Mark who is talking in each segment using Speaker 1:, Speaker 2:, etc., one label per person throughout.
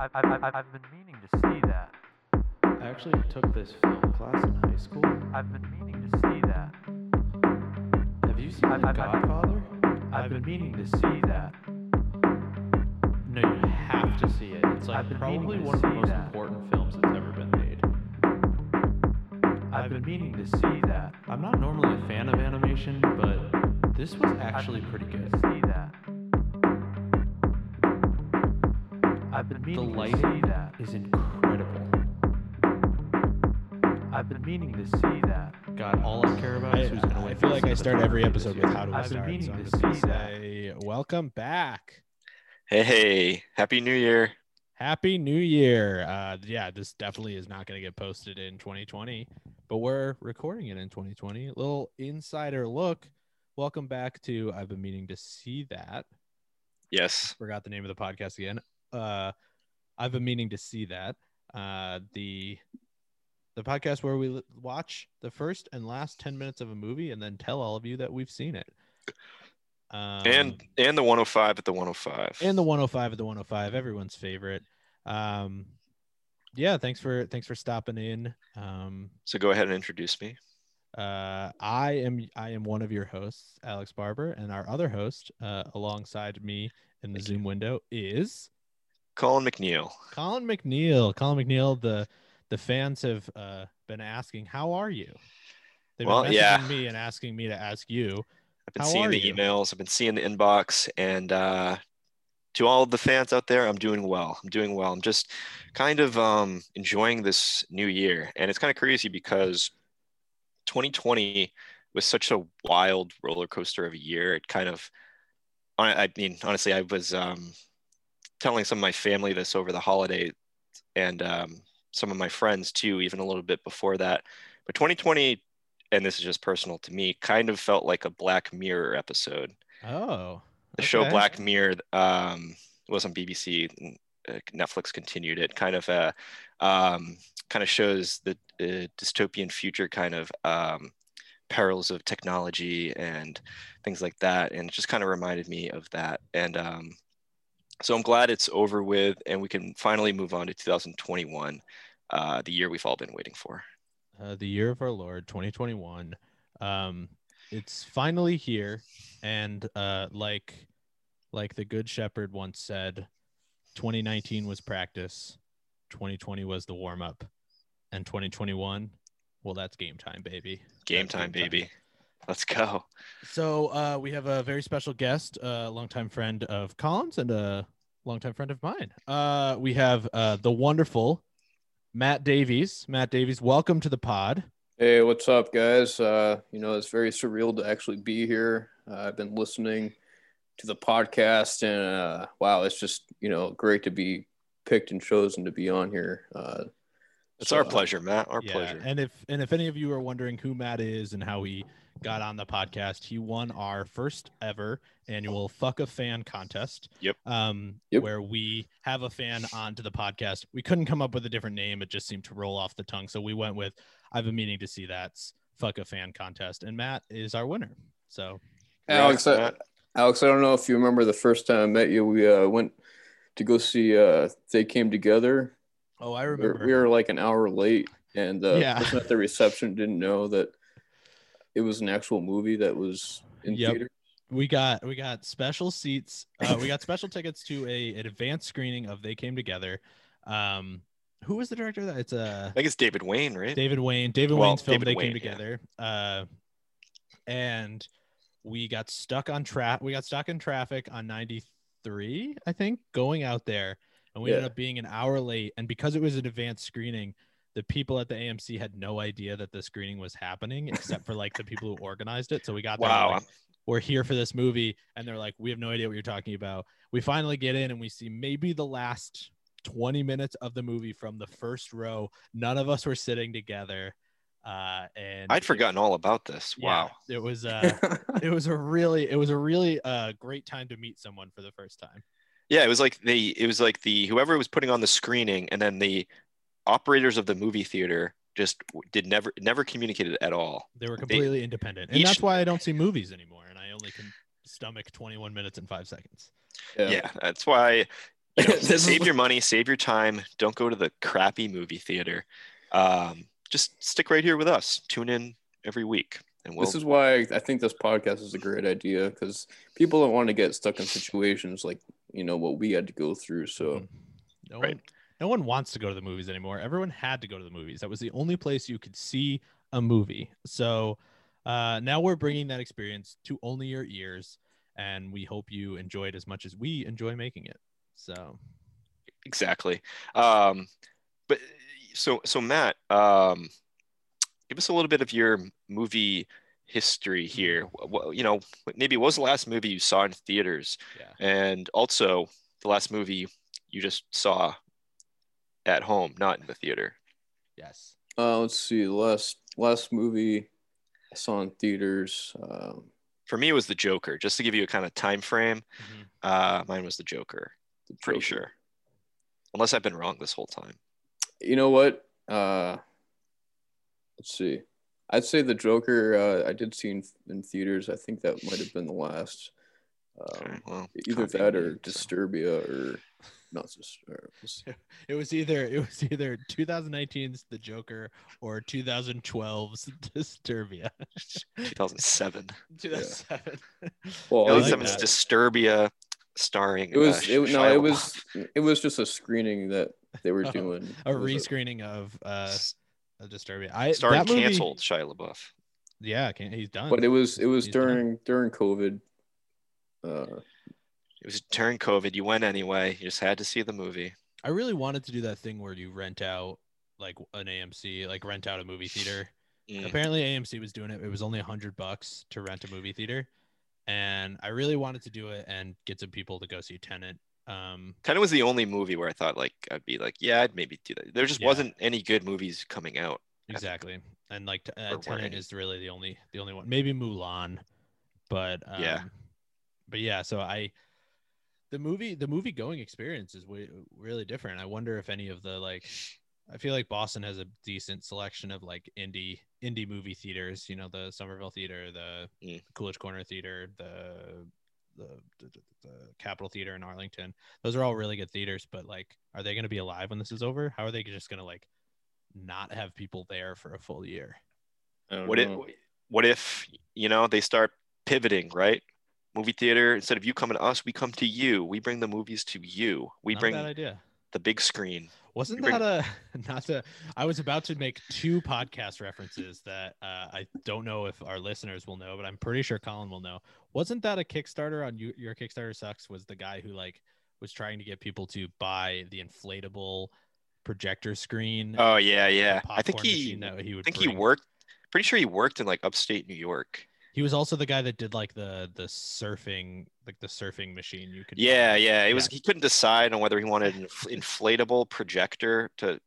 Speaker 1: I've, I've, I've, I've been meaning to see that.
Speaker 2: I actually took this film class in high school.
Speaker 1: I've been meaning to see that.
Speaker 2: Have you seen
Speaker 1: I-
Speaker 2: The
Speaker 1: I- I-
Speaker 2: Godfather?
Speaker 1: I've been meaning to see that.
Speaker 2: No, you have to see it. It's like
Speaker 1: I've been
Speaker 2: probably
Speaker 1: meaning to
Speaker 2: one of the
Speaker 1: see
Speaker 2: most
Speaker 1: that.
Speaker 2: important films that's ever been made.
Speaker 1: I've been meaning to see that.
Speaker 2: I'm not normally a fan of animation, but this was actually
Speaker 1: I've
Speaker 2: pretty
Speaker 1: been meaning
Speaker 2: good.
Speaker 1: to See that. I've been
Speaker 2: The
Speaker 1: meaning to see
Speaker 2: lighting
Speaker 1: that.
Speaker 2: is incredible.
Speaker 1: I've been meaning to see that.
Speaker 2: God, all I care about
Speaker 3: I,
Speaker 2: is who's gonna
Speaker 3: I
Speaker 2: win.
Speaker 3: feel like I
Speaker 2: Best
Speaker 3: start every
Speaker 2: Cinematography this
Speaker 3: episode with
Speaker 2: year.
Speaker 3: how do we
Speaker 1: I've been
Speaker 3: start.
Speaker 1: meaning
Speaker 3: so I'm
Speaker 1: to
Speaker 3: just gonna
Speaker 1: see that.
Speaker 3: say, welcome back.
Speaker 4: Hey, happy new year.
Speaker 3: Happy New Year. Uh, yeah, this definitely is not going to get posted in 2020, but we're recording it in 2020. little insider look. Welcome back to I've been meaning to see that.
Speaker 4: Yes.
Speaker 3: Forgot the name of the podcast again. Uh, I've been meaning to see that. Uh, the the podcast where we l- watch the first and last 10 minutes of a movie and then tell all of you that we've seen it. Um,
Speaker 4: and and the 105 at the 105.
Speaker 3: and the 105 at the 105 everyone's favorite um yeah thanks for thanks for stopping in um
Speaker 4: so go ahead and introduce me.
Speaker 3: uh i am i am one of your hosts alex barber and our other host uh alongside me in the
Speaker 4: Thank
Speaker 3: zoom window is
Speaker 4: Colin McNeil.
Speaker 3: colin mcneil colin mcneil the the fans have uh been asking how are you they've
Speaker 4: Well,
Speaker 3: been messaging
Speaker 4: yeah.
Speaker 3: me and asking me to ask you
Speaker 4: I've been
Speaker 3: How
Speaker 4: seeing
Speaker 3: are
Speaker 4: the
Speaker 3: you?
Speaker 4: emails, I've been seeing the inbox, and uh to all of the fans out there, I'm doing well. I'm doing well. I'm just kind of um enjoying this new year. And it's kind of crazy because 2020 was such a wild roller coaster of a year. It kind of I I mean, honestly, I was um telling some of my family this over the holiday and um, some of my friends too, even a little bit before that. But 2020, and this is just personal to me, kind of felt like a Black Mirror episode.
Speaker 3: oh
Speaker 4: The show
Speaker 3: okay.
Speaker 4: Black Mirror um, was on BBC. And, uh, Netflix continued it. Kind of uh, um, kind of shows the uh, dystopian future, kind of um, perils of technology and things like that. And it just kind of reminded me of that. And um, so I'm glad it's over with, and we can finally move on to 2021, uh, the year we've all been waiting for.
Speaker 3: uh, the year of our Lord 2021. Um, it's finally here, and uh, like like the Good Shepherd once said, 2019 was practice, 2020 was the warm up, and 2021, well, that's game time, baby.
Speaker 4: Game
Speaker 3: That's
Speaker 4: time, baby. Let's go.
Speaker 3: So uh, we have a very special guest, a longtime friend of Collins and a longtime friend of mine. Uh, we have uh, the wonderful Matt Davies. Matt Davies, welcome to the pod.
Speaker 5: Hey, what's up, guys? Uh, you know, it's very surreal to actually be here. Uh, I've been listening to the podcast, and uh, wow, it's just you know great to be picked and chosen to be on here. Uh,
Speaker 4: It's
Speaker 5: so,
Speaker 4: our
Speaker 5: uh,
Speaker 4: pleasure, Matt. Our pleasure.
Speaker 3: And if and if any of you are wondering who Matt is and how he got on the podcast, he won our first ever annual fuck a fan contest.
Speaker 4: Yep.
Speaker 3: Um
Speaker 5: Yep.
Speaker 3: where we have a fan onto the podcast. We couldn't come up with a different name. It just seemed to roll off the tongue. So we went with I've been meaning to see that's fuck a fan contest. And Matt is our winner. So
Speaker 5: Alex, uh,
Speaker 4: Congrats,
Speaker 5: I-
Speaker 4: Matt.
Speaker 5: Alex, I don't know if you remember the first time I met you. We uh, went to go see. Uh, they came together.
Speaker 3: oh I
Speaker 5: We were-
Speaker 3: remember
Speaker 5: we were like an hour late, and the
Speaker 3: Yeah.
Speaker 5: person at the reception didn't know that it was an actual movie that was in
Speaker 3: Yep.
Speaker 5: theater.
Speaker 3: we got we got special seats uh, we got special tickets to a an advanced screening of they came together um who was the director of that it's uh
Speaker 4: I think it's David Wayne, right?
Speaker 3: david wayne david
Speaker 4: Well,
Speaker 3: wayne's film
Speaker 4: David
Speaker 3: they
Speaker 4: Wayne,
Speaker 3: came
Speaker 4: yeah.
Speaker 3: together uh and we got stuck on tra we got stuck in traffic on 93 i think going out there and we ended
Speaker 5: Yeah.
Speaker 3: up being an hour late and because it was an advanced screening the people at the AMC had no idea that the screening was happening except for like the people who organized it. So we got there
Speaker 4: wow.
Speaker 3: like,
Speaker 4: I'm-
Speaker 3: we're here for this movie and they're like we have no idea what you're talking about we finally get in and we see maybe the last 20 minutes of the movie from the first row none of us were sitting together uh and
Speaker 4: I'd forgotten all about this.
Speaker 3: yeah,
Speaker 4: Wow.
Speaker 3: it was uh it was a really it was a really uh great time to meet someone for the first time
Speaker 4: Yeah, it was like the it was like the whoever was putting on the screening and then the operators of the movie theater just w- did never never communicated at all.
Speaker 3: they were completely independent and
Speaker 4: each-
Speaker 3: that's why i don't see movies anymore and i only can stomach 21 minutes and five seconds
Speaker 4: Yeah, that's why you know,
Speaker 5: This is
Speaker 4: save
Speaker 5: what-
Speaker 4: your money, save your time. Don't go to the crappy movie theater. Um, just stick right here with us. Tune in every week, and we'll.
Speaker 5: this is why I think this podcast is a great idea because people don't want to get stuck in situations like you know what we had to go through. So
Speaker 3: Mhm. no
Speaker 4: Right.
Speaker 3: one, no one wants to go to the movies anymore. Everyone had to go to the movies. That was the only place you could see a movie. So uh, now we're bringing that experience to only your ears, and we hope you enjoy it as much as we enjoy making it. So
Speaker 4: exactly um but so so matt um give us a little bit of your movie history
Speaker 5: Mm-hmm.
Speaker 4: here Wh- wh- you know maybe what was the last movie you saw in theaters
Speaker 3: Yeah.
Speaker 4: and also the last movie you just saw at home not in the theater
Speaker 3: yes,
Speaker 4: Mm-hmm.
Speaker 5: uh, let's see. Last last movie I saw in theaters. Um,
Speaker 4: for me it was the joker just to give you a kind of time frame uh mine was the joker
Speaker 5: the
Speaker 4: pretty
Speaker 5: Mm-hmm. Joker.
Speaker 4: sure unless i've been wrong this whole time
Speaker 5: You know what? Uh, let's see. I'd say the Joker. Uh, I did see in, in theaters. I think that might have been the last.
Speaker 4: All
Speaker 5: Um,
Speaker 4: right, well,
Speaker 5: either
Speaker 4: copy
Speaker 5: that
Speaker 4: me,
Speaker 5: or
Speaker 4: so.
Speaker 5: Disturbia or not Disturbia.
Speaker 3: it was either it was either 2019's The Joker or 2012's Disturbia.
Speaker 4: 2007
Speaker 3: 2007.
Speaker 5: Well,
Speaker 4: At
Speaker 5: I
Speaker 4: least
Speaker 5: like
Speaker 4: that was
Speaker 5: that.
Speaker 4: Disturbia, starring.
Speaker 5: It was
Speaker 4: uh,
Speaker 5: it, no,
Speaker 4: Shia
Speaker 5: it was it was just a screening that they were
Speaker 3: Oh,
Speaker 5: doing.
Speaker 3: a
Speaker 5: It was
Speaker 3: rescreening of uh,
Speaker 4: LaBeouf.
Speaker 3: of Disturbia. I
Speaker 4: starring
Speaker 3: that movie-
Speaker 4: canceled Shia LaBeouf.
Speaker 3: Yeah, can, he's done.
Speaker 5: but it was it was
Speaker 3: He's
Speaker 5: during during COVID. Uh,
Speaker 4: It was during COVID. You went anyway. You just had to see the movie.
Speaker 3: I really wanted to do that thing where you rent out like an AMC, like rent out a movie theater.
Speaker 4: Mm.
Speaker 3: Apparently AMC was doing it. It was only a hundred bucks to rent a movie theater, and I really wanted to do it and get some people to go see Tenant. Um,
Speaker 4: Kind of was the only movie where I thought like I'd be like, yeah, I'd maybe do that. There just
Speaker 3: Yeah.
Speaker 4: wasn't any good movies coming out.
Speaker 3: exactly, and like t-
Speaker 4: Or
Speaker 3: uh,
Speaker 4: were
Speaker 3: Tenant
Speaker 4: any.
Speaker 3: is really the only the only one. Maybe Mulan, but um,
Speaker 4: Yeah.
Speaker 3: but yeah. So I, the movie the movie going experience is way, really different. I wonder if any of the like I feel like Boston has a decent selection of like indie indie movie theaters. You know, the Somerville Theater, the
Speaker 4: Mm.
Speaker 3: Coolidge Corner Theater, the the, the the Capitol Theater in Arlington. Those are all really good theaters. But like, are they going to be alive when this is over? How are they just going to like not have people there for a full year?
Speaker 5: I don't
Speaker 4: What if?
Speaker 5: know.
Speaker 4: What if you know they start pivoting right? Movie theater instead of you coming to us, we come to you. We bring the movies to you. We
Speaker 3: Not a
Speaker 4: bring
Speaker 3: bad idea.
Speaker 4: the big screen.
Speaker 3: Wasn't
Speaker 4: bring-
Speaker 3: that a not to? I was about to make two podcast references that uh, I don't know if our listeners will know, but I'm pretty sure Colin will know. Wasn't that a Kickstarter on you, your Kickstarter sucks? Was the guy who like was trying to get people to buy the inflatable projector screen?
Speaker 4: Oh yeah, yeah.
Speaker 3: and
Speaker 4: I think
Speaker 3: popcorn
Speaker 4: he.
Speaker 3: machine that he
Speaker 4: I
Speaker 3: would
Speaker 4: think he
Speaker 3: bring?
Speaker 4: worked. Pretty sure he worked in like upstate New York.
Speaker 3: He was also the guy that did like the the surfing like the surfing machine. You could
Speaker 4: Yeah,
Speaker 3: buy.
Speaker 4: yeah. It was
Speaker 3: Yeah.
Speaker 4: he couldn't decide on whether he wanted an infl- inflatable projector to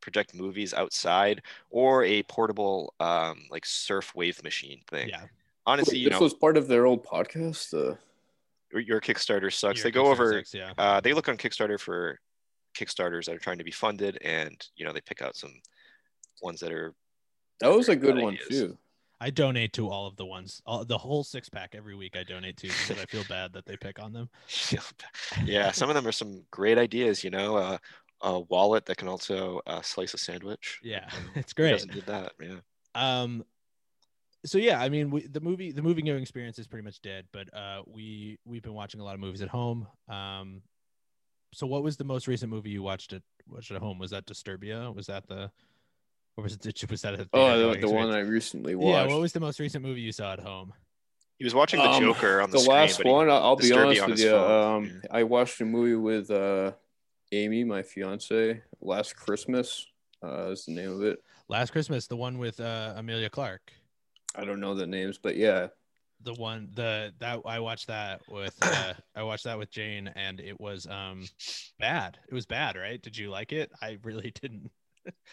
Speaker 4: project movies outside or a portable um like surf wave machine thing.
Speaker 3: yeah.
Speaker 4: Honestly,
Speaker 5: Wait,
Speaker 4: you
Speaker 5: this
Speaker 4: know,
Speaker 5: was part of their old podcast. Uh,
Speaker 4: your- your Kickstarter sucks.
Speaker 3: Your
Speaker 4: they go
Speaker 3: Kickstarter
Speaker 4: over
Speaker 3: sucks, yeah.
Speaker 4: uh they look on Kickstarter for Kickstarters that are trying to be funded and you know they pick out some ones that are
Speaker 5: that was a good
Speaker 4: Good
Speaker 5: one
Speaker 4: ideas.
Speaker 5: too.
Speaker 3: I donate to all of the ones, all, the whole six pack every week. I donate to because I feel bad that they pick on them.
Speaker 4: yeah, some of them are some great ideas, you know. Uh a wallet that can also uh, slice a sandwich.
Speaker 3: Yeah,
Speaker 4: Um,
Speaker 3: it's
Speaker 4: who
Speaker 3: great.
Speaker 4: Doesn't do that, yeah.
Speaker 3: Um, so yeah, I mean, we, the movie, the movie going experience is pretty much dead. But uh, we we've been watching a lot of movies at home. Um, so what was the most recent movie you watched at watched at home? Was that Disturbia? Was that the, or was it did you- was that a theater
Speaker 5: Oh,
Speaker 3: going
Speaker 5: the, the one
Speaker 3: experience?
Speaker 5: I recently
Speaker 3: yeah.
Speaker 5: watched.
Speaker 3: What was the most recent movie you saw at home?
Speaker 4: He was watching the
Speaker 5: Um,
Speaker 4: Joker on the,
Speaker 5: the
Speaker 4: screen,
Speaker 5: last
Speaker 4: but he-
Speaker 5: one? I'll, I'll be
Speaker 4: disturbed you
Speaker 5: honest
Speaker 4: on
Speaker 5: with
Speaker 4: his
Speaker 5: you.
Speaker 4: phone.
Speaker 5: Um, I watched a movie with uh, Amy, my fiance, last Christmas. Uh, is the name of it.
Speaker 3: Last Christmas, the one with uh, Amelia Clark.
Speaker 5: I don't know the names, but yeah,
Speaker 3: the one the that I watched that with uh, I watched that with Jane and it was um bad. It was bad, right? Did you like it? I really didn't.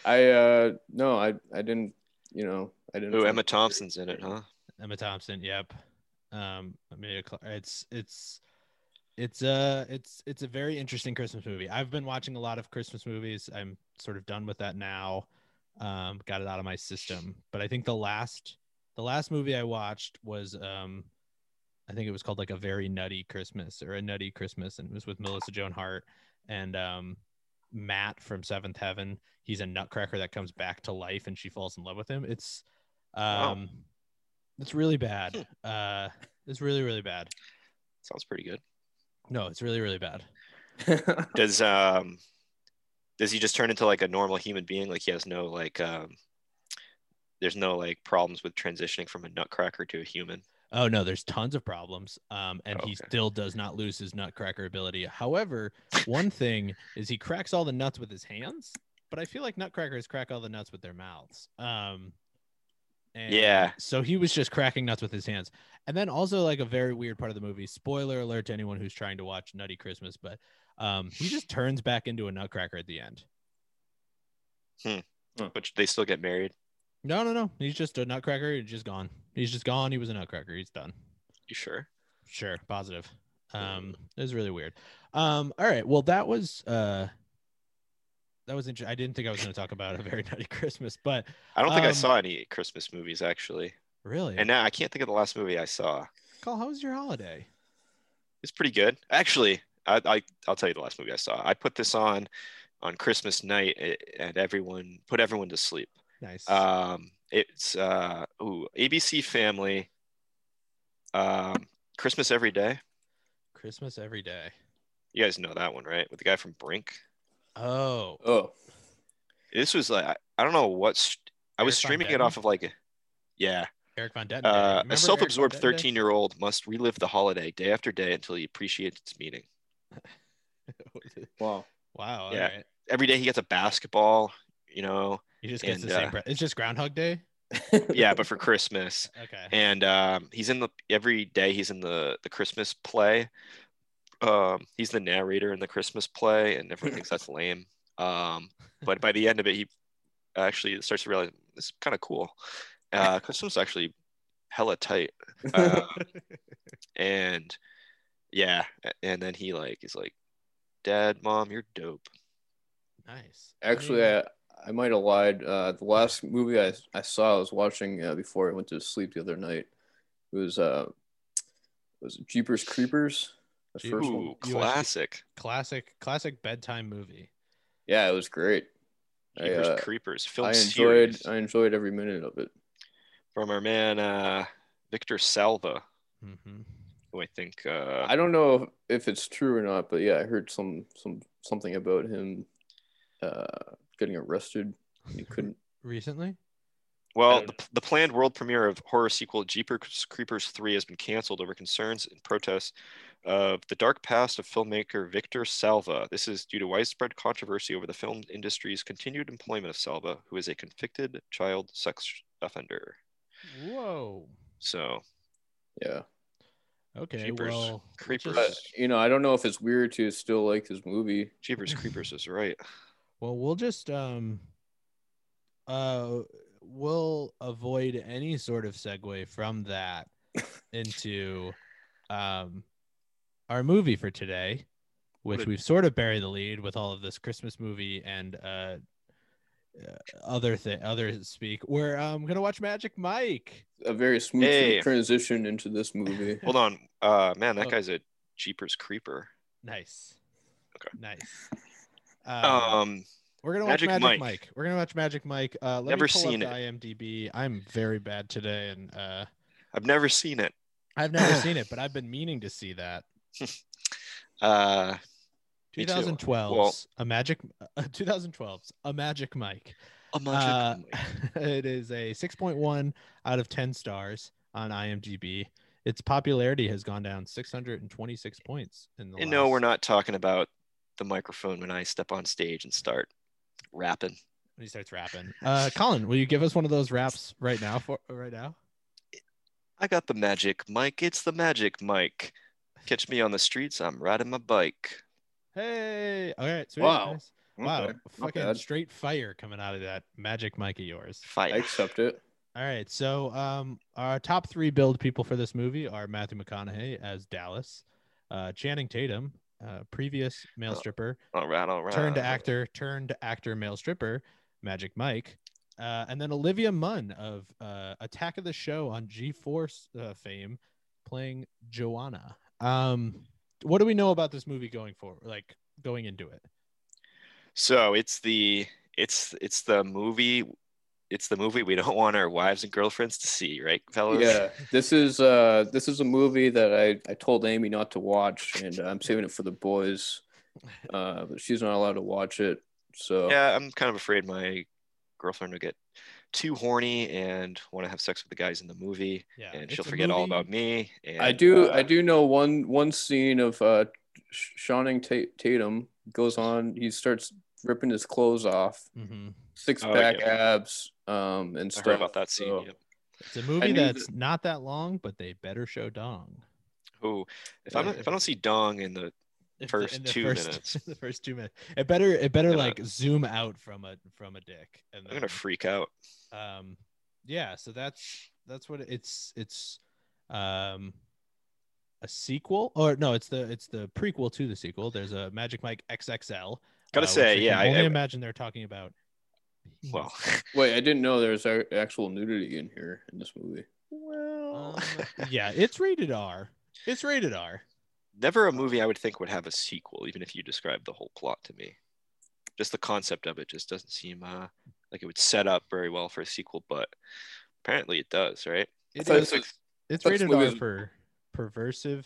Speaker 5: I uh, no, I I didn't. You know, I didn't.
Speaker 4: Ooh,
Speaker 5: think-
Speaker 4: Emma Thompson's in it, huh?
Speaker 3: Emma Thompson, yep. Um Amelia Clark, it's it's it's uh it's it's a very interesting Christmas movie. I've been watching a lot of Christmas movies. I'm sort of done with that now. Um got it out of my system. But I think the last the last movie I watched was um I think it was called like a very nutty Christmas or a nutty Christmas and it was with Melissa Joan Hart and um, Matt from Seventh Heaven. He's a nutcracker that comes back to life, and she falls in love with him. It's
Speaker 4: Wow.
Speaker 3: um, it's really bad. Uh, it's really really bad.
Speaker 4: Sounds pretty good.
Speaker 3: No, it's really really bad.
Speaker 4: Does um does he just turn into like a normal human being? Like he has no like um there's no like problems with transitioning from a nutcracker to a human.
Speaker 3: Oh no, there's tons of problems. Um, and he
Speaker 4: Okay.
Speaker 3: still does not lose his nutcracker ability. However, one thing is he cracks all the nuts with his hands, but I feel like nutcrackers crack all the nuts with their mouths. Um, and
Speaker 4: Yeah.
Speaker 3: So he was just cracking nuts with his hands. And then also like a very weird part of the movie. Spoiler alert to anyone who's trying to watch Nutty Christmas, but um, he just turns back into a nutcracker at the end.
Speaker 4: But they still get married.
Speaker 3: No, no, no. He's just a nutcracker. He's just gone. He's just gone. He was a nutcracker. He's done.
Speaker 4: You sure?
Speaker 3: Sure, positive.
Speaker 4: Mm-hmm.
Speaker 3: Um, it was really weird. Um, all right. Well, that was uh, that was interesting. I didn't think I was going to talk about a very nutty Christmas, but
Speaker 4: I don't think I
Speaker 3: Um,
Speaker 4: saw any Christmas movies actually.
Speaker 3: really,
Speaker 4: And now I can't think of the last movie I saw.
Speaker 3: Cole, how was your holiday?
Speaker 4: It's pretty good. Actually, I, I I'll tell you the last movie I saw. I put this on on Christmas night a- and everyone put everyone to sleep.
Speaker 3: Nice.
Speaker 4: Um, it's uh, ooh, ABC Family. Um, Christmas Every Day.
Speaker 3: Christmas every day.
Speaker 4: You guys know that one, right? With the guy from Brink.
Speaker 3: Oh,
Speaker 5: oh,
Speaker 4: This was like I, I don't know what's I
Speaker 3: Eric
Speaker 4: was
Speaker 3: Von
Speaker 4: streaming it
Speaker 3: Detten?
Speaker 4: off of like a- yeah,
Speaker 3: Eric Von Detten. Day.
Speaker 4: uh,
Speaker 3: Remember
Speaker 4: a
Speaker 3: Eric Von
Speaker 4: self-absorbed
Speaker 3: Detten Day?
Speaker 4: 13-year-old must relive the holiday day after day until he appreciates its meaning.
Speaker 5: wow.
Speaker 3: wow. All
Speaker 4: Yeah.
Speaker 3: right.
Speaker 4: Every day he gets a basketball, you know.
Speaker 3: He just gets
Speaker 4: And,
Speaker 3: the same.
Speaker 4: uh,
Speaker 3: Pre- it's just Groundhog Day.
Speaker 4: Yeah, but for Christmas.
Speaker 3: Okay.
Speaker 4: and um, he's in the every day he's in the the christmas play um, he's the narrator in the christmas play and everyone thinks that's lame um, but by the end of it he actually starts to realize this is kind of cool uh, christmas is actually hella tight uh, and yeah a- and then he like is like dad mom you're dope
Speaker 3: nice.
Speaker 5: Actually, I, I might have lied. Uh, the last movie I, I saw, I was watching uh, before I went to sleep the other night. It was uh, was it Jeepers Creepers? The
Speaker 3: Jeep-
Speaker 5: first
Speaker 4: ooh
Speaker 5: one.
Speaker 3: You actually-
Speaker 4: classic
Speaker 3: classic, classic bedtime movie.
Speaker 5: Yeah, it was great. I,
Speaker 4: Jeepers
Speaker 5: uh,
Speaker 4: creepers film
Speaker 5: I enjoyed.
Speaker 4: series
Speaker 5: I enjoyed every minute of it.
Speaker 4: from our man uh, victor salva
Speaker 3: Mm-hmm.
Speaker 4: who i think uh,
Speaker 5: I don't know if it's true or not, but yeah, I heard some some something about him uh, getting arrested. and He couldn't.
Speaker 3: Recently.
Speaker 4: Well,
Speaker 5: don't
Speaker 4: the, the planned world premiere of horror sequel Jeepers Creepers 3 has been canceled over concerns and protests of the dark past of filmmaker Victor Salva. This is due to widespread controversy over the film industry's continued employment of Salva, who is a convicted child sex offender.
Speaker 3: Whoa.
Speaker 4: So,
Speaker 5: Yeah,
Speaker 3: Okay.
Speaker 4: Jeepers
Speaker 3: well, let's
Speaker 4: creepers.
Speaker 5: but
Speaker 3: just-
Speaker 5: you know, I don't know if it's weird to still like his movie.
Speaker 4: Jeepers Creepers is right.
Speaker 3: Well, we'll just um uh we'll avoid any sort of segue from that into um our movie for today, which
Speaker 4: What a-
Speaker 3: we've sort of buried the lead with all of this Christmas movie and uh uh, other thing other speak. We're um gonna watch Magic Mike.
Speaker 5: A very smooth
Speaker 4: Hey.
Speaker 5: transition into this movie.
Speaker 4: Hold on. Uh, man, that
Speaker 3: Oh.
Speaker 4: guy's a Jeepers Creeper.
Speaker 3: Nice.
Speaker 4: Okay.
Speaker 3: Nice. Um,
Speaker 4: Um,
Speaker 3: We're gonna watch
Speaker 4: Magic
Speaker 3: Magic Mike.
Speaker 4: Mike.
Speaker 3: We're gonna watch Magic Mike. Uh, let
Speaker 4: Never
Speaker 3: me pull
Speaker 4: seen
Speaker 3: up
Speaker 4: it.
Speaker 3: the IMDb. I'm very bad today, and uh,
Speaker 4: I've never seen it.
Speaker 3: I've never seen it, but I've been meaning to see that.
Speaker 4: Uh, Me too.
Speaker 3: 2012,
Speaker 4: Well-
Speaker 3: a Magic, uh, 2012's a Magic Mike.
Speaker 4: a magic
Speaker 3: Uh,
Speaker 4: Mike.
Speaker 3: it is a 6.1 out of 10 stars on IMDb. Its popularity has gone down 626 points in the.
Speaker 4: And Eh, no,
Speaker 3: last-
Speaker 4: we're not talking about the microphone when I step on stage and start rapping.
Speaker 3: When he starts rapping, uh, Colin, will you give us one of those raps right now? For right now.
Speaker 4: I got the magic mic. It's the magic mic. Catch me on the streets. I'm riding my bike.
Speaker 3: Hey! All right. Sweet.
Speaker 5: Wow.
Speaker 3: Nice. Wow,
Speaker 5: Okay, not
Speaker 3: fucking
Speaker 5: bad.
Speaker 3: straight fire coming out of that magic mic of yours.
Speaker 5: I
Speaker 4: Fire.
Speaker 5: accept it.
Speaker 3: All right, so um, our top three build people for this movie are Matthew McConaughey as Dallas, uh, Channing Tatum, uh, previous male
Speaker 4: Oh,
Speaker 3: stripper,
Speaker 4: All right, all right.
Speaker 3: turned actor, turned actor male stripper, Magic Mike, uh, and then Olivia Munn of uh, Attack of the Show on G Force uh, fame, playing Joanna. Um, what do we know about this movie going forward? Like going into it?
Speaker 4: So it's the it's it's the movie it's the movie we don't want our wives and girlfriends to see, right, fellas?
Speaker 5: Yeah, this is uh this is a movie that I I told Amy not to watch, and I'm saving it for the boys. Uh, but she's not allowed to watch it, so
Speaker 4: Yeah, I'm kind of afraid my girlfriend will get too horny and want to have sex with the guys in the movie,
Speaker 3: Yeah,
Speaker 4: and
Speaker 3: it's
Speaker 4: she'll
Speaker 3: a
Speaker 4: forget all
Speaker 3: movie-
Speaker 4: about me. And,
Speaker 5: I do
Speaker 4: uh,
Speaker 5: I do know one one scene of uh Sh- Shawning Ta- Tatum goes on. He starts ripping his clothes off,
Speaker 3: Mhm.
Speaker 5: six
Speaker 4: Oh,
Speaker 5: pack
Speaker 4: yeah.
Speaker 5: abs, um, and
Speaker 4: I
Speaker 5: stuff.
Speaker 4: heard about that scene.
Speaker 5: so-
Speaker 4: yep.
Speaker 3: It's a movie
Speaker 5: knew
Speaker 3: that's not that long, but they better show dong.
Speaker 4: Ooh, if I'm not, if I don't see dong in the
Speaker 3: If the-
Speaker 4: First
Speaker 3: in
Speaker 4: two
Speaker 3: first,
Speaker 4: minutes.
Speaker 3: the first two minutes. It better it better
Speaker 4: Yeah.
Speaker 3: like zoom out from a from a dick. And
Speaker 4: I'm
Speaker 3: then,
Speaker 4: gonna freak out.
Speaker 3: um yeah, so that's that's what it's it's um a sequel or no, it's the it's the prequel to the sequel. There's a Magic Mike XXL.
Speaker 4: Gotta
Speaker 3: uh, which
Speaker 4: say,
Speaker 3: I
Speaker 4: yeah,
Speaker 3: can
Speaker 4: I-
Speaker 3: only
Speaker 4: I-
Speaker 3: imagine they're talking about
Speaker 4: Well,
Speaker 5: Wait, I didn't know there was a- actual nudity in here in this movie.
Speaker 4: well,
Speaker 3: Um, yeah, it's rated R. It's rated R.
Speaker 4: never a movie I would think would have a sequel, even if you described the whole plot to me. Just the concept of it just doesn't seem uh, like it would set up very well for a sequel, but apparently it does, right?
Speaker 3: It
Speaker 5: thought
Speaker 3: is-
Speaker 5: this was-
Speaker 3: It's
Speaker 5: Such
Speaker 3: rated R
Speaker 5: movies-
Speaker 3: for perversive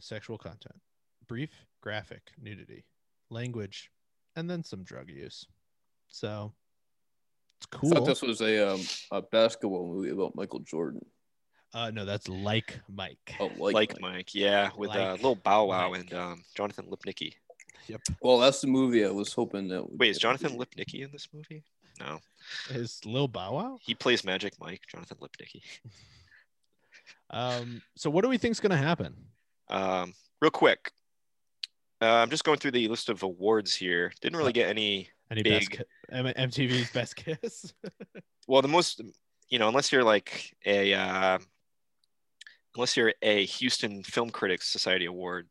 Speaker 3: sexual content, brief graphic nudity, language, and then some drug use. So it's
Speaker 5: I
Speaker 3: cool.
Speaker 5: thought this was a um, a basketball movie about Michael Jordan.
Speaker 3: uh, no, that's like Mike.
Speaker 5: Oh, like,
Speaker 4: Like, Mike. yeah, with uh,
Speaker 3: Like
Speaker 4: Little Bow Wow
Speaker 3: Mike.
Speaker 4: and um, Jonathan Lipnicki.
Speaker 5: Well, that's the movie I was hoping that. would-
Speaker 4: Wait, is Jonathan Lipnicki in this movie? No,
Speaker 3: Is Lil Bow Wow?
Speaker 4: he plays Magic Mike, Jonathan Lipnicki.
Speaker 3: Um, so what do we think's gonna happen?
Speaker 4: Um, real quick, uh, I'm just going through the list of awards here. Didn't really get any
Speaker 3: Any best
Speaker 4: Big.
Speaker 3: ki- M- MTV's best kiss?
Speaker 4: well the most you know unless you're like a uh, unless you're a houston film critics society award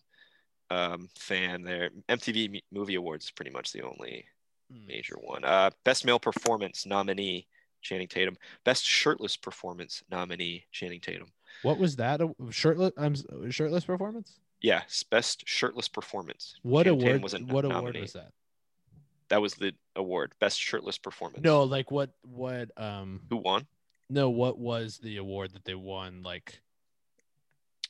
Speaker 4: um, fan there mtv M- movie awards is pretty much the only
Speaker 3: Hmm.
Speaker 4: major one uh, best male performance nominee channing tatum best shirtless performance nominee channing tatum
Speaker 3: what was that? A shirtless? I'm s- shirtless performance.
Speaker 4: yeah s- best shirtless performance
Speaker 3: What
Speaker 4: Channing Tatum
Speaker 3: award?
Speaker 4: was a
Speaker 3: what award
Speaker 4: nominee.
Speaker 3: was that?
Speaker 4: that was the award best shirtless performance
Speaker 3: No, like what? What? Um,
Speaker 4: who won
Speaker 3: No, what was the award that they won? Like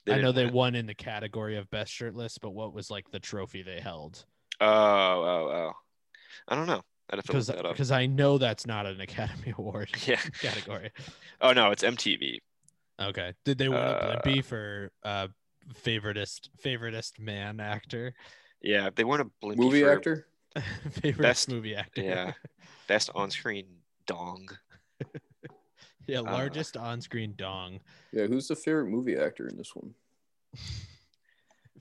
Speaker 3: I
Speaker 4: didn't
Speaker 3: know they
Speaker 4: win it.
Speaker 3: won in the category of best shirtless, but what was like the trophy they held?
Speaker 4: oh oh oh i don't know i'd have to look
Speaker 3: Because
Speaker 4: that up
Speaker 3: because I know that's not an Academy Award
Speaker 4: yeah
Speaker 3: category.
Speaker 4: oh no it's mtv
Speaker 3: Okay. Did they win a
Speaker 4: Uh,
Speaker 3: Blimpie for uh favoritist favoritist man actor?
Speaker 4: Yeah, they weren't a blinky
Speaker 5: movie
Speaker 4: for
Speaker 5: actor.
Speaker 3: Favorite
Speaker 4: Best-
Speaker 3: movie actor.
Speaker 4: yeah. Best on-screen dong. Uh.
Speaker 3: Yeah, largest on screen dong.
Speaker 5: Yeah, who's the favorite movie actor in this one?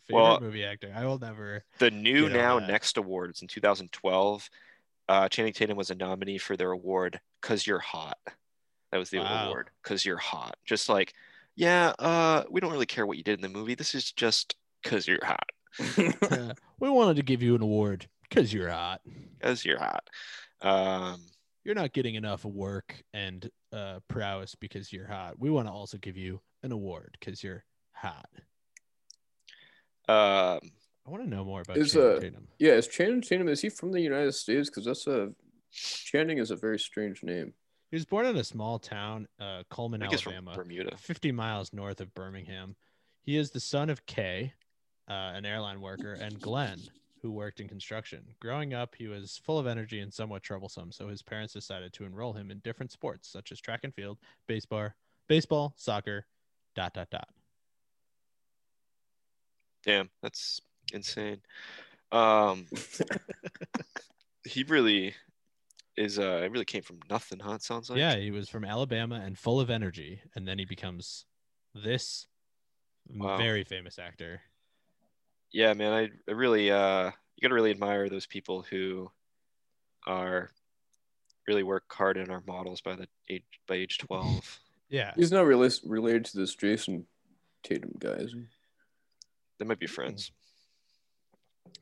Speaker 3: Favorite
Speaker 4: Well-
Speaker 3: movie actor. I will never
Speaker 4: The new
Speaker 3: Get on
Speaker 4: now
Speaker 3: that.
Speaker 4: next awards in 2012. Uh, Channing Tatum was a nominee for their award "Cause You're Hot." That was the
Speaker 3: Wow.
Speaker 4: award "Cause You're Hot." Just like, yeah, uh, we don't really care what you did in the movie. This is just "Cause You're Hot."
Speaker 3: Uh, we wanted to give you an award because you're hot.
Speaker 4: Cause you're hot. Um,
Speaker 3: you're not getting enough work and uh, prowess because you're hot. We want to also give you an award because you're hot.
Speaker 4: um,
Speaker 3: I want to know more about
Speaker 5: Is,
Speaker 3: Channing
Speaker 5: uh,
Speaker 3: Tatum.
Speaker 5: yeah, is Channing Tatum? Is he from the United States? Because that's a Channing is a very strange name.
Speaker 3: He was born in a small town, uh,
Speaker 4: I
Speaker 3: Coleman,
Speaker 4: think he's from
Speaker 3: Alabama,
Speaker 4: Bermuda.
Speaker 3: 50 miles north of Birmingham. He is the son of Kay, uh, an airline worker, and Glenn, who worked in construction. Growing up, he was full of energy and somewhat troublesome, so his parents decided to enroll him in different sports such as track and field, baseball, baseball, soccer, dot dot dot.
Speaker 4: Damn, that's insane. Um, he really is. Uh, it really came from nothing, huh? It sounds like.
Speaker 3: yeah, he was from Alabama and full of energy, and then he becomes this m-
Speaker 4: Wow.
Speaker 3: very famous actor.
Speaker 4: yeah man i, I really uh you gotta really admire those people who are really work hard and are models by the age by age 12
Speaker 3: Yeah,
Speaker 5: He's not really related to this Jason Tatum guy, is he?
Speaker 4: they might be
Speaker 3: Mm-hmm.
Speaker 4: friends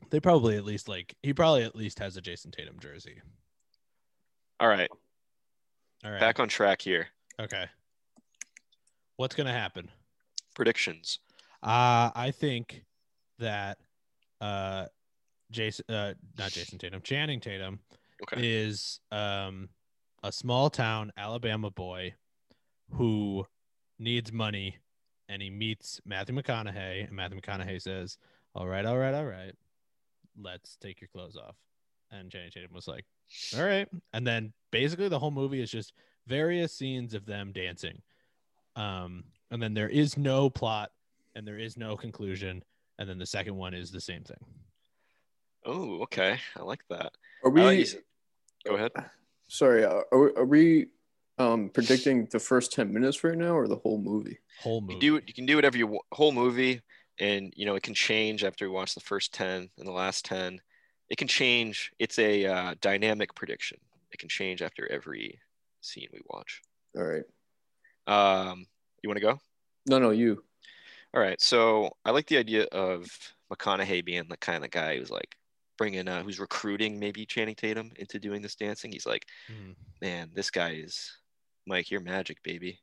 Speaker 3: they probably at least like he probably at least has a Jason Tatum jersey.
Speaker 4: all right
Speaker 3: All right,
Speaker 4: back on track here
Speaker 3: okay. What's gonna happen?
Speaker 4: predictions
Speaker 3: Uh, I think that uh, Jason, uh, not Jason Tatum, Channing Tatum
Speaker 4: Okay.
Speaker 3: is um, a small town Alabama boy who needs money, and he meets Matthew McConaughey, and Matthew McConaughey says, "All right, all right, all right, let's take your clothes off." And Channing Tatum was like, "All right," and then basically the whole movie is just various scenes of them dancing, um, and then there is no plot and there is no conclusion, and then the second one is the same thing.
Speaker 4: Oh, okay. I like that.
Speaker 5: Are
Speaker 4: I like
Speaker 5: we?
Speaker 4: you s- Go ahead.
Speaker 5: Sorry, uh, are, are we um, predicting the first ten minutes right now, or the whole movie?
Speaker 3: Whole
Speaker 4: You
Speaker 3: movie.
Speaker 4: do you can do whatever you want, whole movie, and you know it can change after we watch the first ten and the last ten. It can change. It's a uh, dynamic prediction. It can change after every scene we watch.
Speaker 5: All right.
Speaker 4: Um, you want to go?
Speaker 5: No, no, you.
Speaker 4: All right. So I like the idea of McConaughey being the kind of guy who's like bringing, uh, who's recruiting maybe Channing Tatum into doing this dancing. He's like,
Speaker 3: Mhm.
Speaker 4: man, this guy is Mike. You're magic, baby.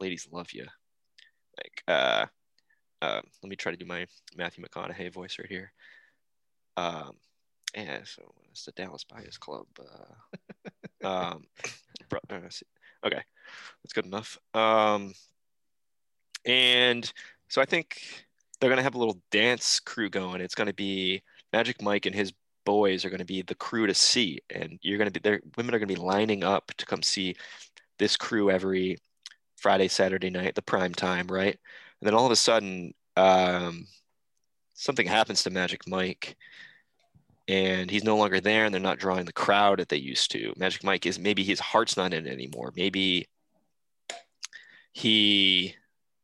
Speaker 4: Ladies love you. Like, uh, uh, let me try to do my Matthew McConaughey voice right here. Um, yeah, so it's the Dallas Buyers Club. Uh, um, bro- uh, let's see. okay, that's good enough. Um, and so I think they're gonna have a little dance crew going. It's gonna be Magic Mike and his boys are going to be the crew to see and you're going to be there women are going to be lining up to come see this crew every friday saturday night the prime time right and then all of a sudden um, something happens to magic mike and he's no longer there and they're not drawing the crowd that they used to magic mike is maybe his heart's not in it anymore maybe he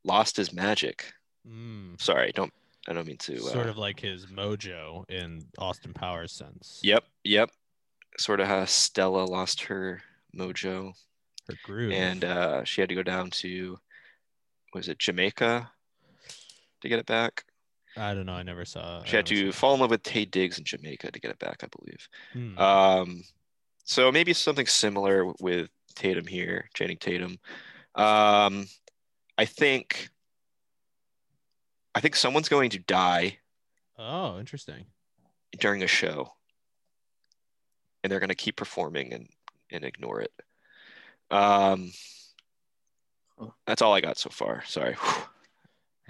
Speaker 4: lost his magic
Speaker 3: Mm.
Speaker 4: sorry don't i don't mean to uh,
Speaker 3: sort of like his mojo in Austin Powers sense.
Speaker 4: Yep, yep. Sort of how Stella lost her mojo,
Speaker 3: Her groove.
Speaker 4: and uh, she had to go down to was it Jamaica to get it back.
Speaker 3: I don't know. I never saw.
Speaker 4: She
Speaker 3: I
Speaker 4: had
Speaker 3: never
Speaker 4: to
Speaker 3: saw-
Speaker 4: fall in love with Tay Diggs in Jamaica to get it back, I believe.
Speaker 3: Hmm.
Speaker 4: Um, so maybe something similar with Tatum here, Channing Tatum. Um, I think, I think someone's going to die
Speaker 3: oh, interesting.
Speaker 4: during a show and they're going to keep performing and, and ignore it um,
Speaker 5: Huh.
Speaker 4: that's all i got so far sorry Whew.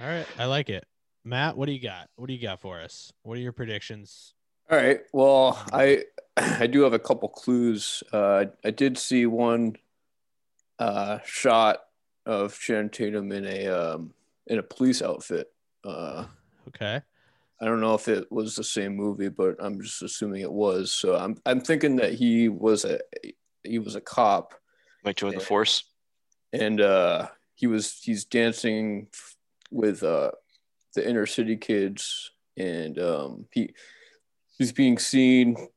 Speaker 3: All right, I like it. Matt, what do you got? What do you got for us? What are your predictions?
Speaker 5: All right. Well, I I do have a couple clues. Uh, I did see one uh, shot of Channing Tatum in a um, in a police outfit. Uh,
Speaker 3: Okay.
Speaker 5: I don't know if it was the same movie, but I'm just assuming it was. So I'm I'm thinking that he was a he was a cop
Speaker 4: might join the
Speaker 5: Yeah.
Speaker 4: force
Speaker 5: and uh, he was he's dancing f- with uh, the inner city kids, and um, he he's being seen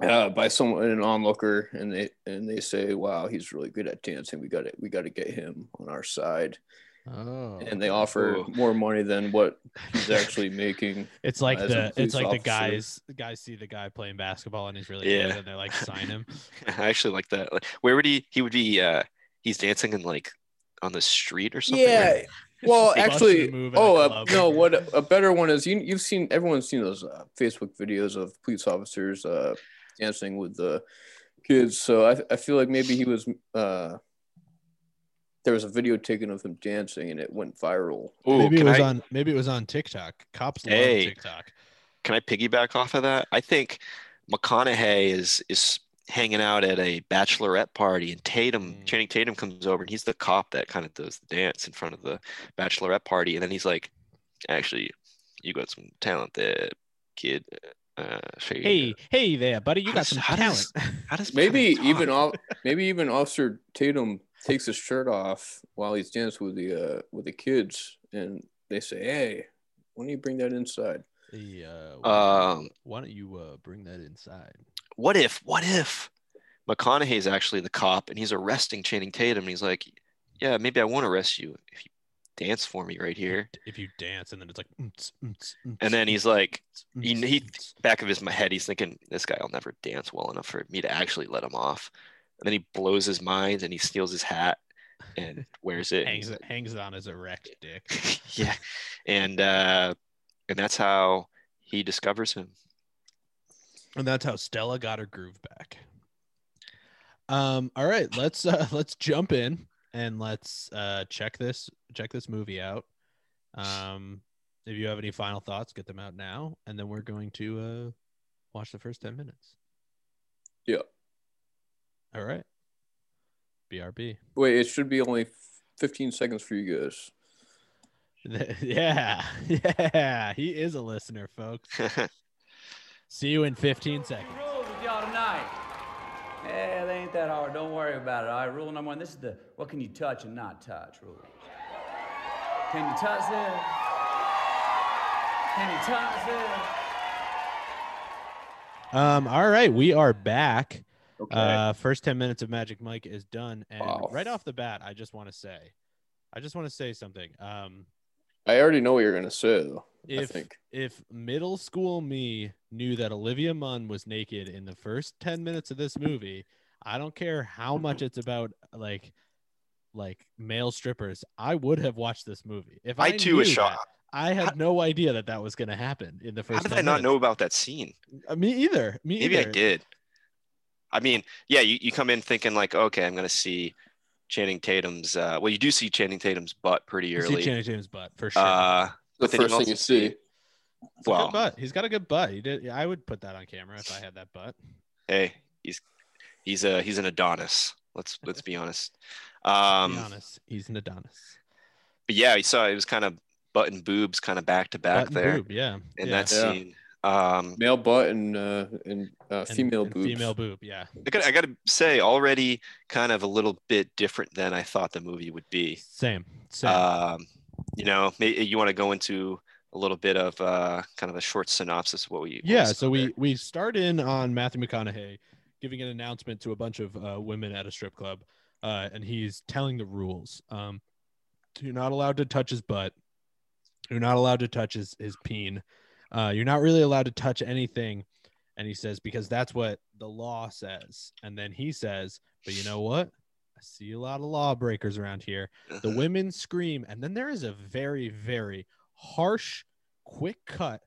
Speaker 5: uh, by someone an onlooker, and they and they say, "Wow, he's really good at dancing. We got to we got to get him on our side."
Speaker 3: Oh.
Speaker 5: and they offer
Speaker 4: Ooh.
Speaker 5: more money than what he's actually making.
Speaker 3: It's like
Speaker 5: as
Speaker 3: the
Speaker 5: a police
Speaker 3: it's like the
Speaker 5: officer.
Speaker 3: guys the guys see the guy playing basketball and he's really good
Speaker 4: Yeah.
Speaker 3: and they like sign him.
Speaker 4: i actually like that Like, where would he he would be uh, he's dancing in like on the street or something right?
Speaker 5: Well,
Speaker 3: He busts a
Speaker 5: actually,
Speaker 3: move in
Speaker 5: oh
Speaker 3: the
Speaker 5: uh,
Speaker 3: club.
Speaker 5: no! What a, a better one is you, you've seen everyone's seen those uh, Facebook videos of police officers uh, dancing with the kids. So I, I feel like maybe he was uh, there was a video taken of him dancing and it went viral.
Speaker 4: Ooh,
Speaker 3: maybe it
Speaker 4: can
Speaker 3: was
Speaker 4: I,
Speaker 3: on maybe it was on TikTok. Cops love
Speaker 4: Hey.
Speaker 3: TikTok.
Speaker 4: can I piggyback off of that? I think McConaughey is is hanging out at a bachelorette party, and Tatum,
Speaker 3: Mm.
Speaker 4: Channing Tatum, comes over, and he's the cop that kind of does the dance in front of the bachelorette party, and then he's like, "Actually, you got some talent there, kid." Uh, so you-
Speaker 3: Hey, hey there, buddy. You
Speaker 4: How
Speaker 3: got
Speaker 4: does-
Speaker 3: some
Speaker 4: how
Speaker 3: talent.
Speaker 4: does- how does
Speaker 5: Maybe
Speaker 4: McConaughey
Speaker 5: even
Speaker 4: talk?
Speaker 5: off, maybe even Officer Tatum takes his shirt off while he's dancing with the uh, with the kids, and they say, "Hey, why don't you bring that inside?"
Speaker 3: Hey, uh,
Speaker 4: Um,
Speaker 3: why don't you uh, bring that inside?
Speaker 4: what if? What if McConaughey's actually the cop, and he's arresting Channing Tatum, and he's like, "Yeah, maybe I won't arrest you if you dance for me right here."
Speaker 3: If you dance and then it's like, "Mm-ts, mm-ts, mm-ts,
Speaker 4: And then he's like,
Speaker 3: mm-ts,
Speaker 4: he-
Speaker 3: mm-ts,
Speaker 4: he-
Speaker 3: mm-ts."
Speaker 4: back of his m- head, he's thinking, this guy will never dance well enough for me to actually let him off. And then he blows his mind and he steals his hat and wears it. and
Speaker 3: hangs
Speaker 4: he's
Speaker 3: it hangs it on his erect dick.
Speaker 4: like- yeah. And uh, and that's how he discovers him.
Speaker 3: and that's how Stella got her groove back. Um, all right, let's uh, let's jump in and let's uh, check this check this movie out. Um, if you have any final thoughts, get them out now, and then we're going to uh, watch the first ten minutes.
Speaker 5: Yeah.
Speaker 3: All right. BRB.
Speaker 5: Wait, it should be only 15 seconds for you guys.
Speaker 3: Yeah, yeah, he is a listener, folks. See you in 15 seconds.
Speaker 6: rules with y'all tonight. Yeah, they ain't that hard. Don't worry about it. All right, rule number one. This is the what can you touch and not touch rule. Can you touch this? Can you touch this?
Speaker 3: Um, all right, we are back. Uh, first 10 minutes of Magic Mike is done. And
Speaker 5: Wow.
Speaker 3: right off the bat, I just want to say, I just want to say something. Um,
Speaker 5: I already know what you're going to say, though.
Speaker 3: if,
Speaker 5: think.
Speaker 3: if middle school me knew that Olivia Munn was naked in the first 10 minutes of this movie, I don't care how much it's about like, like male strippers, I would have watched this movie. If I,
Speaker 4: I too was
Speaker 3: knew
Speaker 4: shocked.
Speaker 3: that, I had no idea that that was going to happen in the
Speaker 4: How
Speaker 3: first.
Speaker 4: did
Speaker 3: 10
Speaker 4: I not know
Speaker 3: minutes.
Speaker 4: about that scene?
Speaker 3: Uh, me either. Me
Speaker 4: Maybe I
Speaker 3: either.
Speaker 4: did. I mean, yeah, you, you come in thinking like, okay, I'm gonna see Channing Tatum's. Uh, well, you do see Channing Tatum's butt pretty
Speaker 3: You see
Speaker 4: early.
Speaker 3: Channing Tatum's butt for sure.
Speaker 4: Uh,
Speaker 5: The
Speaker 4: But then you
Speaker 5: first thing
Speaker 4: also
Speaker 5: you see.
Speaker 3: It's a good
Speaker 4: well,
Speaker 3: butt. He's got a good butt. He did. I would put that on camera if I had that butt.
Speaker 4: hey, he's he's a he's an Adonis. Let's let's be honest.
Speaker 3: Be
Speaker 4: Um,
Speaker 3: honest. He's an Adonis.
Speaker 4: but yeah, you saw it was kind of butt and boobs kind of back to
Speaker 3: Butt
Speaker 4: back
Speaker 3: and
Speaker 4: there
Speaker 3: boob, Yeah.
Speaker 4: in
Speaker 3: yeah.
Speaker 4: that
Speaker 5: Yeah.
Speaker 4: scene. Um,
Speaker 5: Male butt and, uh, and, uh,
Speaker 3: And-
Speaker 5: female
Speaker 3: and
Speaker 5: boobs.
Speaker 3: Female boob. Yeah.
Speaker 4: I gotta, I gotta say, already kind of a little bit different than I thought the movie would be.
Speaker 3: Same. Same.
Speaker 4: Um, you know, may, you want to go into a little bit of uh, kind of a short synopsis of what we. what
Speaker 3: yeah.
Speaker 4: saw
Speaker 3: So
Speaker 4: there.
Speaker 3: we we start in on Matthew McConaughey giving an announcement to a bunch of uh, women at a strip club, uh, and he's telling the rules. Um, you're not allowed to touch his butt. You're not allowed to touch his his peen. Uh, you're not really allowed to touch anything. And he says because that's what the law says. And then he says, but you know what? I see a lot of lawbreakers around here. The
Speaker 4: Uh-huh.
Speaker 3: women scream, and then there is a very very harsh, quick cut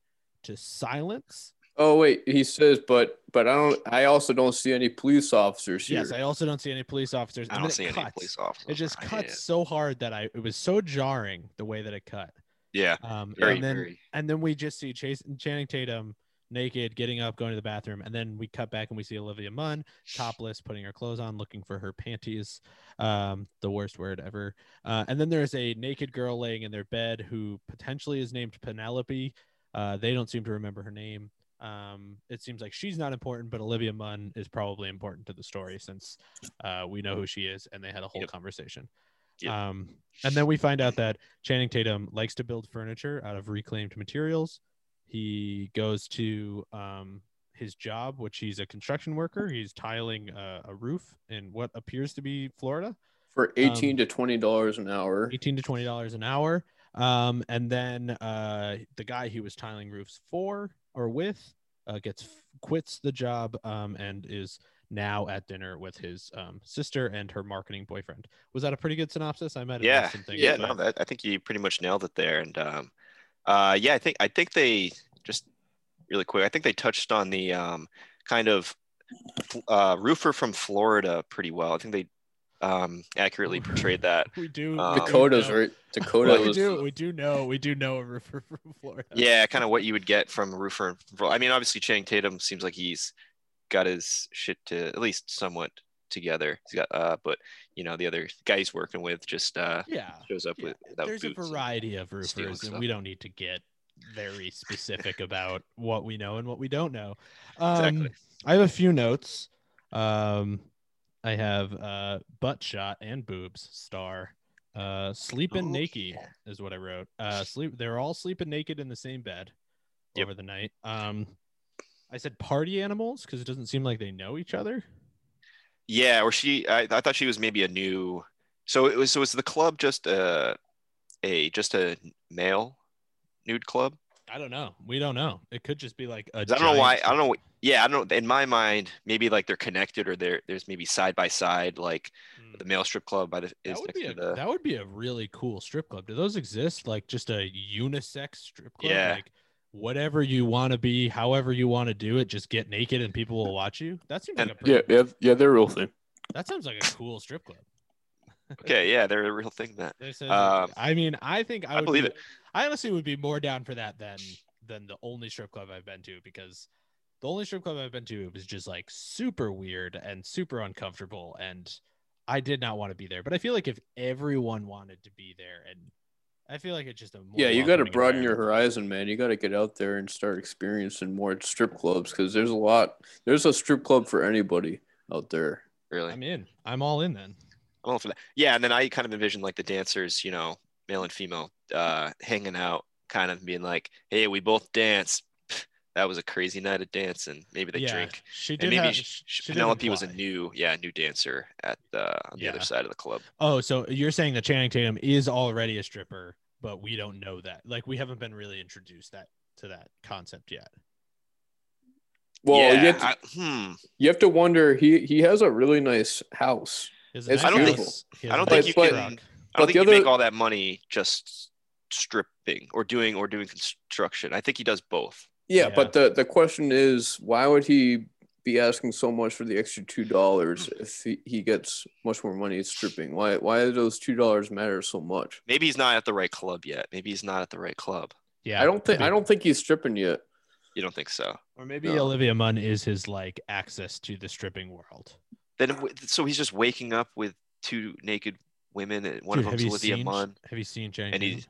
Speaker 3: to silence
Speaker 5: Oh, wait. He says, but, but I don't, I also don't see any police officers here.
Speaker 3: Yes, I also don't see any police officers.
Speaker 4: I
Speaker 3: and
Speaker 4: don't
Speaker 3: then
Speaker 4: see
Speaker 3: it
Speaker 4: any
Speaker 3: cuts.
Speaker 4: police officers.
Speaker 3: It just
Speaker 4: around
Speaker 3: cuts
Speaker 4: here.
Speaker 3: so hard that I it was so jarring the way that it cut.
Speaker 4: Yeah,
Speaker 3: Um,
Speaker 4: very,
Speaker 3: and then
Speaker 4: very.
Speaker 3: and then we just see Chase Channing Tatum naked, getting up, going to the bathroom, and then we cut back and we see Olivia Munn topless, putting her clothes on, looking for her panties. Um, the worst word ever. Uh, and then there's a naked girl laying in their bed who potentially is named Penelope. Uh, they don't seem to remember her name. Um, it seems like she's not important, but Olivia Munn is probably important to the story since uh, we know who she is and they had a whole
Speaker 4: Yep.
Speaker 3: conversation.
Speaker 4: Yep.
Speaker 3: Um, and then we find out that Channing Tatum likes to build furniture out of reclaimed materials. He goes to um, his job, which he's a construction worker. He's tiling uh, a roof in what appears to be Florida.
Speaker 5: For 18
Speaker 3: Um,
Speaker 5: to $20 an hour.
Speaker 3: 18 to 20 dollars an hour um and then uh the guy he was tiling roofs for or with uh, gets quits the job um and is now at dinner with his um sister and her marketing boyfriend was that a pretty good synopsis i might have
Speaker 4: yeah,
Speaker 3: missed some things,
Speaker 4: yeah. No,
Speaker 3: but-
Speaker 4: that, I think you pretty much nailed it there. And um, uh, yeah, I think I think they just really quick. I think they touched on the um, kind of uh, roofer from Florida pretty well. I think they um, accurately portrayed that.
Speaker 3: we do
Speaker 4: Um,
Speaker 3: we do
Speaker 5: Dakota's
Speaker 3: know-
Speaker 5: right. Dakota
Speaker 4: Well,
Speaker 3: we
Speaker 5: was
Speaker 3: do we do know we do know a roofer from florida
Speaker 4: Yeah, kind of what you would get from a roofer. I mean, obviously, Channing Tatum seems like he's got his shit to at least somewhat together. He's got, uh, but you know, the other guy he's working with just uh,
Speaker 3: yeah
Speaker 4: shows up
Speaker 3: Yeah,
Speaker 4: with without
Speaker 3: there's a
Speaker 4: boots and-
Speaker 3: variety of
Speaker 4: steel
Speaker 3: roofers and
Speaker 4: stuff.
Speaker 3: we don't need to get very specific about what we know and what we don't know um,
Speaker 4: Exactly.
Speaker 3: i have a few notes um, i have uh, butt shot and boobs star uh, sleeping
Speaker 4: Oh,
Speaker 3: naked
Speaker 4: yeah.
Speaker 3: is what i wrote uh, sleep they're all sleeping naked in the same bed
Speaker 4: Yep.
Speaker 3: over the night um, i said party animals because it doesn't seem like they know each other
Speaker 4: Yeah, or she. I, I thought she was maybe a new. So it was. So was the club just a, a just a male nude club?
Speaker 3: i don't know we don't know it could just be like a
Speaker 4: 'Cause I don't know
Speaker 3: giant
Speaker 4: why. I don't
Speaker 3: sleeping-
Speaker 4: know. what- Yeah, I don't. know. In my mind, maybe like they're connected, or they're there's maybe side by side, like
Speaker 3: Hmm.
Speaker 4: the male strip club by the is
Speaker 3: That would
Speaker 4: next
Speaker 3: be
Speaker 4: to
Speaker 3: a,
Speaker 4: the.
Speaker 3: that would be a really cool strip club. Do those exist? Like just a unisex strip club?
Speaker 4: Yeah.
Speaker 3: Like whatever you want to be, however you want to do it, just get naked and people will watch you. That seems like
Speaker 4: And-
Speaker 3: a pretty,
Speaker 5: Yeah, yeah, yeah. They're real thing.
Speaker 3: that sounds like a cool strip club.
Speaker 4: Okay, yeah, they're a real thing. That
Speaker 3: This is-
Speaker 4: Um,
Speaker 3: I mean, I think I,
Speaker 4: I
Speaker 3: would
Speaker 4: believe
Speaker 3: be-
Speaker 4: it.
Speaker 3: I honestly would be more down for that than than the only strip club I've been to because the only strip club I've been to it was just like super weird and super uncomfortable and I did not want to be there. But I feel like if everyone wanted to be there and I feel like it's just a more
Speaker 5: yeah, you got to
Speaker 3: welcoming
Speaker 5: broaden your
Speaker 3: environment.
Speaker 5: horizon, man. You got to get out there and start experiencing more strip clubs because there's a lot. There's a strip club for anybody out there.
Speaker 4: really.
Speaker 3: I'm in. I'm all in then.
Speaker 4: I'm all for that. Yeah, and then I kind of envision like the dancers, you know, male and female, uh, hanging out, kind of being like, "Hey, we both dance. That was a crazy night of dancing. Maybe they
Speaker 3: yeah,
Speaker 4: drink."
Speaker 3: She did
Speaker 4: And maybe
Speaker 3: have,
Speaker 4: Sh- Sh-
Speaker 3: she did
Speaker 4: Penelope was a
Speaker 3: imply.
Speaker 4: new, yeah, new dancer at uh, on the
Speaker 3: Yeah.
Speaker 4: other side of the club.
Speaker 3: Oh, so you're saying that Channing Tatum is already a stripper, but we don't know that. Like we haven't been really introduced that to that concept yet.
Speaker 5: Well,
Speaker 4: yeah,
Speaker 5: you, have to,
Speaker 4: I, hmm.
Speaker 5: you have to wonder. He he has a really nice house.
Speaker 3: Is
Speaker 5: It's
Speaker 4: I don't think-
Speaker 3: Think,
Speaker 4: I don't
Speaker 5: think you
Speaker 4: can- I
Speaker 5: But
Speaker 4: don't think
Speaker 5: the
Speaker 4: you
Speaker 5: other-
Speaker 4: make all that money just stripping or doing or doing construction. I think he does both.
Speaker 5: Yeah,
Speaker 3: Yeah.
Speaker 5: but the the question is, why would he be asking so much for the extra two dollars
Speaker 3: Hmm.
Speaker 5: if he, he gets much more money at stripping? Why why do those two dollars matter so much?
Speaker 4: Maybe he's not at the right club yet. Maybe he's not at the right club.
Speaker 3: Yeah,
Speaker 5: I don't think I don't think he's stripping yet.
Speaker 4: You don't think so?
Speaker 3: Or maybe
Speaker 5: No.
Speaker 3: Olivia Munn is his like access to the stripping world.
Speaker 4: Then w- so he's just waking up with two naked women, and one
Speaker 3: Dude,
Speaker 4: of
Speaker 3: have
Speaker 4: them's
Speaker 3: you
Speaker 4: Olivia
Speaker 3: seen,
Speaker 4: Munn.
Speaker 3: Have you seen Channing
Speaker 4: And
Speaker 3: Tatum?
Speaker 4: he's-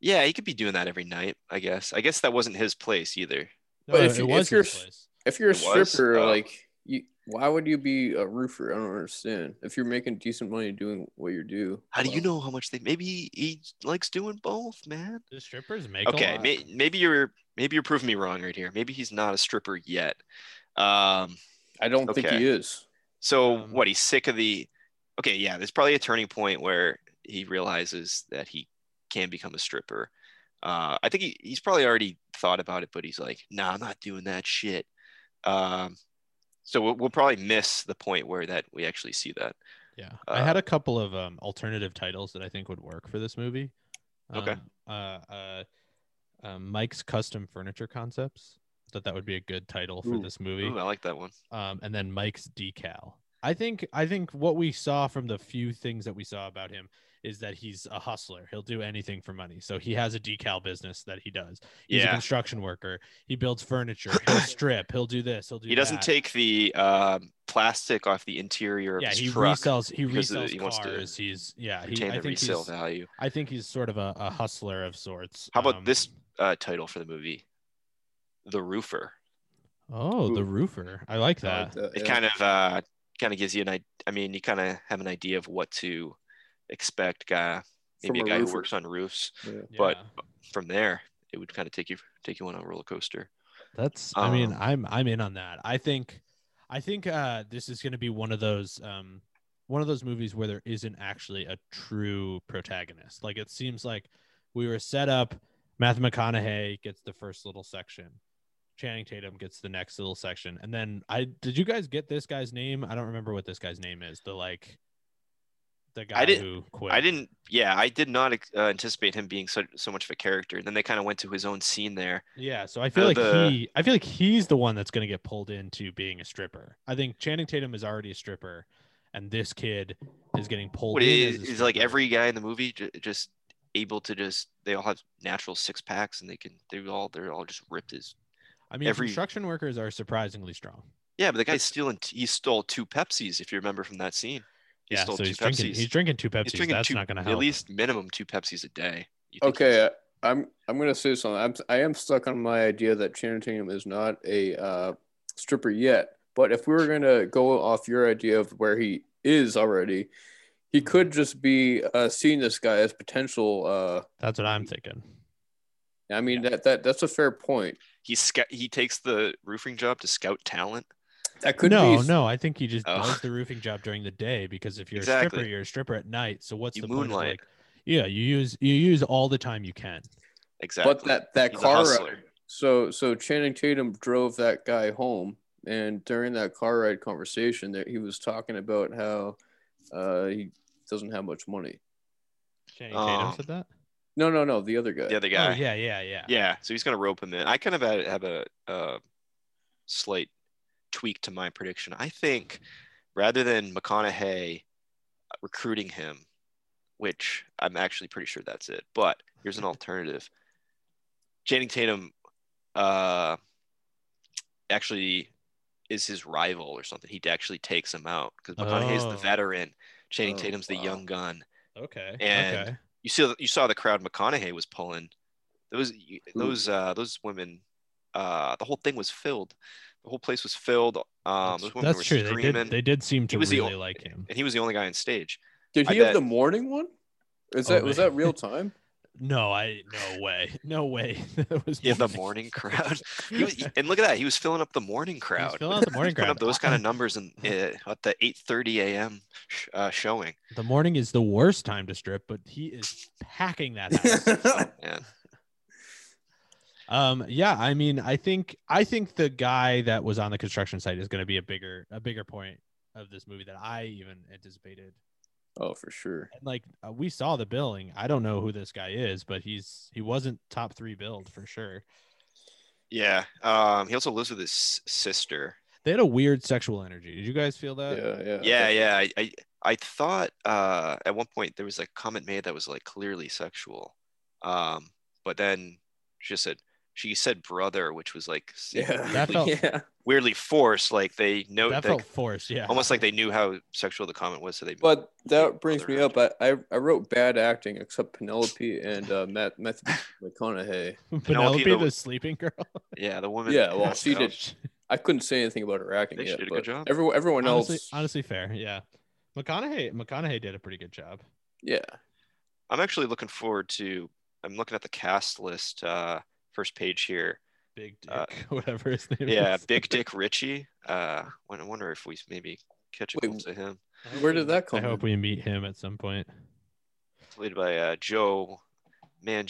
Speaker 4: Yeah, he could be doing that every night, I guess. I guess that wasn't his place either.
Speaker 3: No,
Speaker 5: But if
Speaker 3: it
Speaker 5: you-
Speaker 3: was
Speaker 5: if you're
Speaker 3: his
Speaker 5: s-
Speaker 3: place.
Speaker 5: If you're a
Speaker 4: It was?
Speaker 5: stripper,
Speaker 4: Oh.
Speaker 5: like you, why would you be a roofer? I don't understand. If you're making decent money doing what you do,
Speaker 4: How do you
Speaker 5: well,
Speaker 4: know how much they? Maybe he, he likes doing both, man.
Speaker 3: The strippers make a
Speaker 4: Okay,
Speaker 3: lot.
Speaker 4: may, maybe you're maybe you're proving me wrong right here. Maybe he's not a stripper yet. Um,
Speaker 5: I don't think
Speaker 4: Okay.
Speaker 5: he is.
Speaker 4: so
Speaker 3: Um,
Speaker 4: what? He's sick of the. Okay, yeah. There's probably a turning point where he realizes that he can become a stripper. Uh, I think he, he's probably already thought about it, but he's like, "Nah, I'm not doing that shit." Um, so we'll, we'll probably miss the point where that we actually see that.
Speaker 3: Yeah, I had a couple of um, alternative titles that I think would work for this movie.
Speaker 4: Okay.
Speaker 3: Um, uh, uh, uh, Mike's Custom Furniture Concepts. Thought that would be a good title for
Speaker 5: Ooh.
Speaker 3: this movie.
Speaker 4: Ooh, I like that one.
Speaker 3: um, and then Mike's decal. I think I think what we saw from the few things that we saw about him is that he's a hustler. He'll do anything for money. So he has a decal business that he does. He's a
Speaker 4: Yeah,
Speaker 3: construction worker. He builds furniture. He'll strip. He'll do this. He'll do.
Speaker 4: he doesn't
Speaker 3: that.
Speaker 4: take the um, plastic off the interior of
Speaker 3: Yeah,
Speaker 4: his
Speaker 3: he
Speaker 4: truck.
Speaker 3: resells. He
Speaker 4: because of the-
Speaker 3: resells
Speaker 4: he wants to
Speaker 3: cars. He's yeah. He,
Speaker 4: retain
Speaker 3: I
Speaker 4: the
Speaker 3: think
Speaker 4: resale
Speaker 3: he's.
Speaker 4: value.
Speaker 3: I think he's sort of a, a hustler of sorts.
Speaker 4: How about
Speaker 3: Um,
Speaker 4: this uh, title for the movie? The Roofer.
Speaker 3: Oh, the
Speaker 5: Ooh.
Speaker 3: roofer. I like
Speaker 5: I
Speaker 3: that.
Speaker 5: like that,
Speaker 4: It
Speaker 5: yeah.
Speaker 4: kind of uh, kind of gives you an idea. I mean, you kind of have an idea of what to expect. Guy, maybe
Speaker 5: From
Speaker 4: a guy
Speaker 5: roofer.
Speaker 4: who works on roofs.
Speaker 5: Yeah.
Speaker 4: but-
Speaker 3: Yeah.
Speaker 4: From there, it would kind of take you take you on a roller coaster.
Speaker 3: That's I mean,
Speaker 4: Um,
Speaker 3: I'm I'm in on that. I think I think uh this is gonna be one of those um one of those movies where there isn't actually a true protagonist. Like it seems like we were set up, Matthew McConaughey gets the first little section. Channing Tatum gets the next little section. And then I did you guys get this guy's name? I don't remember what this guy's name is. The like the guy
Speaker 4: didn't-
Speaker 3: who quit.
Speaker 4: I didn't. Yeah, I did not ex- uh, anticipate him being so so much of a character. And then they kind of went to his own scene there.
Speaker 3: Yeah, so I feel
Speaker 4: Uh,
Speaker 3: like
Speaker 4: the-
Speaker 3: he I feel like he's the one that's going to get pulled into being a stripper. I think Channing Tatum is already a stripper and this kid is getting pulled
Speaker 4: What
Speaker 3: in
Speaker 4: is,
Speaker 3: as a
Speaker 4: is like
Speaker 3: stripper.
Speaker 4: every guy in the movie j- just able to just they all have natural six packs and they can they all they're all just ripped as
Speaker 3: I mean
Speaker 4: every-
Speaker 3: construction workers are surprisingly strong.
Speaker 4: yeah but the guy's stealing t- he stole two pepsis if you remember from that scene he
Speaker 3: yeah,
Speaker 4: stole
Speaker 3: so
Speaker 4: two
Speaker 3: he's drinking
Speaker 4: pepsis
Speaker 3: he's drinking two Pepsis.
Speaker 4: he's drinking
Speaker 3: that's
Speaker 4: two,
Speaker 3: not going to
Speaker 4: at
Speaker 3: help.
Speaker 4: least minimum two pepsis a day You think he's-
Speaker 5: Okay, I'm I'm gonna say something. I'm I am stuck on my idea that Channing Tatum is not a uh, stripper yet. But if we were gonna go off your idea of where he is already, he
Speaker 4: Mm-hmm.
Speaker 5: could just be uh, seeing this guy as potential. Uh,
Speaker 3: That's what I'm thinking.
Speaker 5: I mean that that that's a fair point.
Speaker 4: he's sca- he takes the roofing job to scout talent
Speaker 5: That could
Speaker 3: no,
Speaker 5: be
Speaker 3: no, I think he just
Speaker 4: Oh.
Speaker 3: does the roofing job during the day because if you're a stripper,
Speaker 4: Exactly.
Speaker 3: you're a stripper at night. So what's
Speaker 4: You
Speaker 3: the point of
Speaker 4: moonlight.
Speaker 3: like yeah, you use you use all the time you can.
Speaker 4: exactly
Speaker 5: But that that
Speaker 4: He's a
Speaker 5: car
Speaker 4: hustler.
Speaker 5: ride. So so Channing Tatum drove that guy home, and during that car ride conversation, that he was talking about how uh, he doesn't have much money.
Speaker 3: Channing Tatum
Speaker 4: Um,
Speaker 3: said that.
Speaker 5: No, no, no. The other guy.
Speaker 4: the other
Speaker 3: Oh,
Speaker 4: guy.
Speaker 3: yeah, yeah, yeah.
Speaker 4: Yeah, so he's gonna rope him in. I kind of had- have a, uh slight tweak to my prediction. I think rather than McConaughey uh, recruiting him, which I'm actually pretty sure that's it, but here's an alternative: Channing Tatum uh, actually is his rival or something. He actually takes him out because McConaughey's
Speaker 3: Oh.
Speaker 4: the veteran, Channing
Speaker 5: Oh,
Speaker 4: Tatum's the
Speaker 5: wow.
Speaker 4: young gun.
Speaker 3: Okay.
Speaker 4: And-
Speaker 3: okay.
Speaker 4: You see, you saw the crowd McConaughey was pulling. Those, you- those, uh, those women. Uh, the whole thing was filled. The whole place was filled. Um, those
Speaker 3: that's
Speaker 4: women
Speaker 3: that's
Speaker 4: were
Speaker 3: true. They
Speaker 4: screaming,
Speaker 3: did. They did seem to
Speaker 4: was the
Speaker 3: really
Speaker 4: o-
Speaker 3: like him.
Speaker 4: and he was the only guy on stage.
Speaker 5: Did
Speaker 4: I
Speaker 5: he have
Speaker 4: bet-
Speaker 5: the morning one? Is
Speaker 3: Oh,
Speaker 5: that was
Speaker 3: man.
Speaker 5: that real time?
Speaker 3: No, I. No way. No way. that was
Speaker 4: Yeah, the morning crowd. He was, and look at that. He was filling up the morning crowd.
Speaker 3: filling out the morning
Speaker 4: Putting
Speaker 3: crowd. Uh-huh.
Speaker 4: up those kind of numbers in, uh, at the 8:30 a.m. Sh- uh, showing.
Speaker 3: the morning is the worst time to strip, but he is packing that house.
Speaker 4: Man,
Speaker 3: Um, yeah, I mean, I think I think the guy that was on the construction site is going to be a bigger a bigger point of this movie than I even anticipated.
Speaker 5: oh, for sure.
Speaker 3: And like uh, we saw the billing, I don't know who this guy is, but he's he wasn't top three billed for sure.
Speaker 4: yeah. Um, he also lives with his s- sister.
Speaker 3: They had a weird sexual energy. Did you guys feel that?
Speaker 5: yeah, yeah.
Speaker 4: yeah yeah I, I i thought uh at one point there was a comment made that was like clearly sexual um but then she just said she said brother which was like s-
Speaker 5: Yeah.
Speaker 3: That felt-
Speaker 5: yeah.
Speaker 4: weirdly forced like they know
Speaker 3: that
Speaker 4: like,
Speaker 3: felt forced. Yeah,
Speaker 4: almost like they knew how sexual the comment was so they
Speaker 5: But
Speaker 4: Yeah,
Speaker 5: that brings me
Speaker 4: other
Speaker 5: up. I, I, I wrote bad acting except Penelope and uh, Matt Matthew McConaughey.
Speaker 3: Penelope,
Speaker 4: Penelope,
Speaker 3: the
Speaker 4: the-
Speaker 3: sleeping girl.
Speaker 4: yeah the woman
Speaker 5: Yeah, well, she
Speaker 4: Oh,
Speaker 5: did- I couldn't say anything about her acting
Speaker 4: They
Speaker 5: yet,
Speaker 4: did a
Speaker 5: but
Speaker 4: good job.
Speaker 5: everyone everyone else,
Speaker 3: honestly, honestly, fair. Yeah, McConaughey McConaughey did a pretty good job.
Speaker 5: yeah,
Speaker 4: i'm actually looking forward to i'm looking at the cast list uh first page here
Speaker 3: Big dick,
Speaker 4: Uh,
Speaker 3: whatever his name
Speaker 4: yeah
Speaker 3: is.
Speaker 4: big dick richie uh i wonder if we maybe catch a
Speaker 5: Wait,
Speaker 4: glimpse of him
Speaker 3: I hope
Speaker 5: where
Speaker 3: we-
Speaker 5: did that
Speaker 3: I
Speaker 5: come
Speaker 3: hope
Speaker 5: in?
Speaker 3: we meet him at some point.
Speaker 4: played by uh, Joe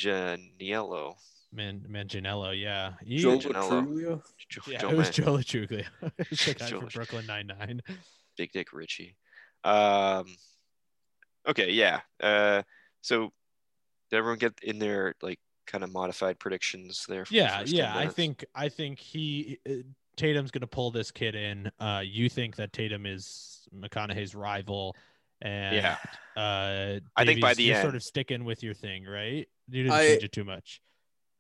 Speaker 4: Manganiello.
Speaker 3: Man, Manganiello, yeah. He-
Speaker 5: Joe
Speaker 4: Janela.
Speaker 5: Petrullio?
Speaker 4: Joe,
Speaker 3: yeah,
Speaker 4: Joe
Speaker 3: it was
Speaker 4: Man-
Speaker 3: Joe LaChuglia. it's the guy
Speaker 4: Joe
Speaker 3: from
Speaker 4: Lac-
Speaker 3: Brooklyn Nine Nine.
Speaker 4: Big Dick Richie. Um, okay, yeah. Uh, so did everyone get in their like kind of modified predictions there? for the
Speaker 3: Yeah,
Speaker 4: first 10
Speaker 3: yeah. I
Speaker 4: minutes?
Speaker 3: think I think he uh, Tatum's gonna pull this kid in. Uh, you think that Tatum is McConaughey's rival, and
Speaker 4: Yeah.
Speaker 3: uh,
Speaker 4: I think by
Speaker 3: Davies,
Speaker 4: the
Speaker 3: you're
Speaker 4: end-
Speaker 3: sort of sticking with your thing, right? You didn't
Speaker 5: I-
Speaker 3: change it too much.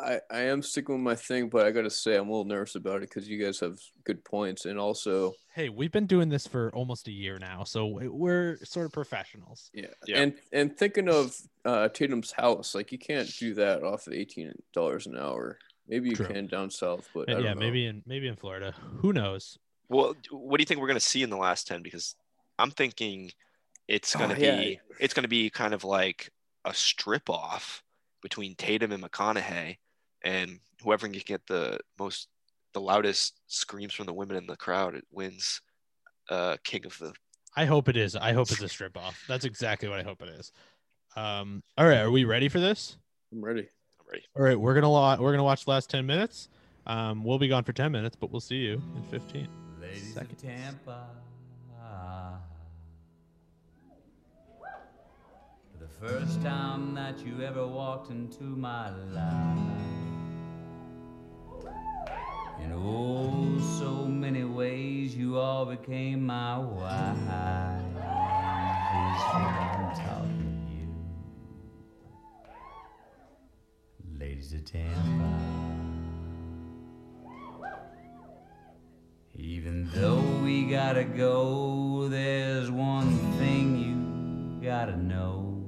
Speaker 5: I, I am sticking with my thing, but I gotta say I'm a little nervous about it because you guys have good points, and also
Speaker 3: Hey, we've been doing this for almost a year now, so we- we're sort of professionals.
Speaker 5: yeah,
Speaker 4: Yeah.
Speaker 5: and and thinking of uh, Tatum's house, like you can't do that off of eighteen dollars an hour. Maybe you
Speaker 3: True.
Speaker 5: can down south, but I
Speaker 3: And
Speaker 5: don't
Speaker 3: yeah,
Speaker 5: know.
Speaker 3: maybe in maybe in Florida, who knows?
Speaker 4: Well, what do you think we're gonna see in the last ten? Because I'm thinking it's
Speaker 5: Oh,
Speaker 4: gonna
Speaker 5: yeah.
Speaker 4: be it's gonna be kind of like a strip off between Tatum and McConaughey, and whoever can get the most the loudest screams from the women in the crowd it wins uh, King of the.
Speaker 3: I hope it is. I hope it's a strip off. That's exactly what I hope it is. Um, all right, are we ready for this?
Speaker 5: I'm ready.
Speaker 4: I'm ready.
Speaker 3: All right, we're gonna lo- we're gonna watch the last ten minutes. Um, we'll be gone for ten minutes, but we'll see you in fifteen.
Speaker 6: Ladies
Speaker 3: Seconds.
Speaker 6: of Tampa. For the first time that you ever walked into my life. In oh, so many ways, you all became my wife. Is what I'm talking to you. Ladies of Tampa. Even though we gotta go, there's one thing you gotta know.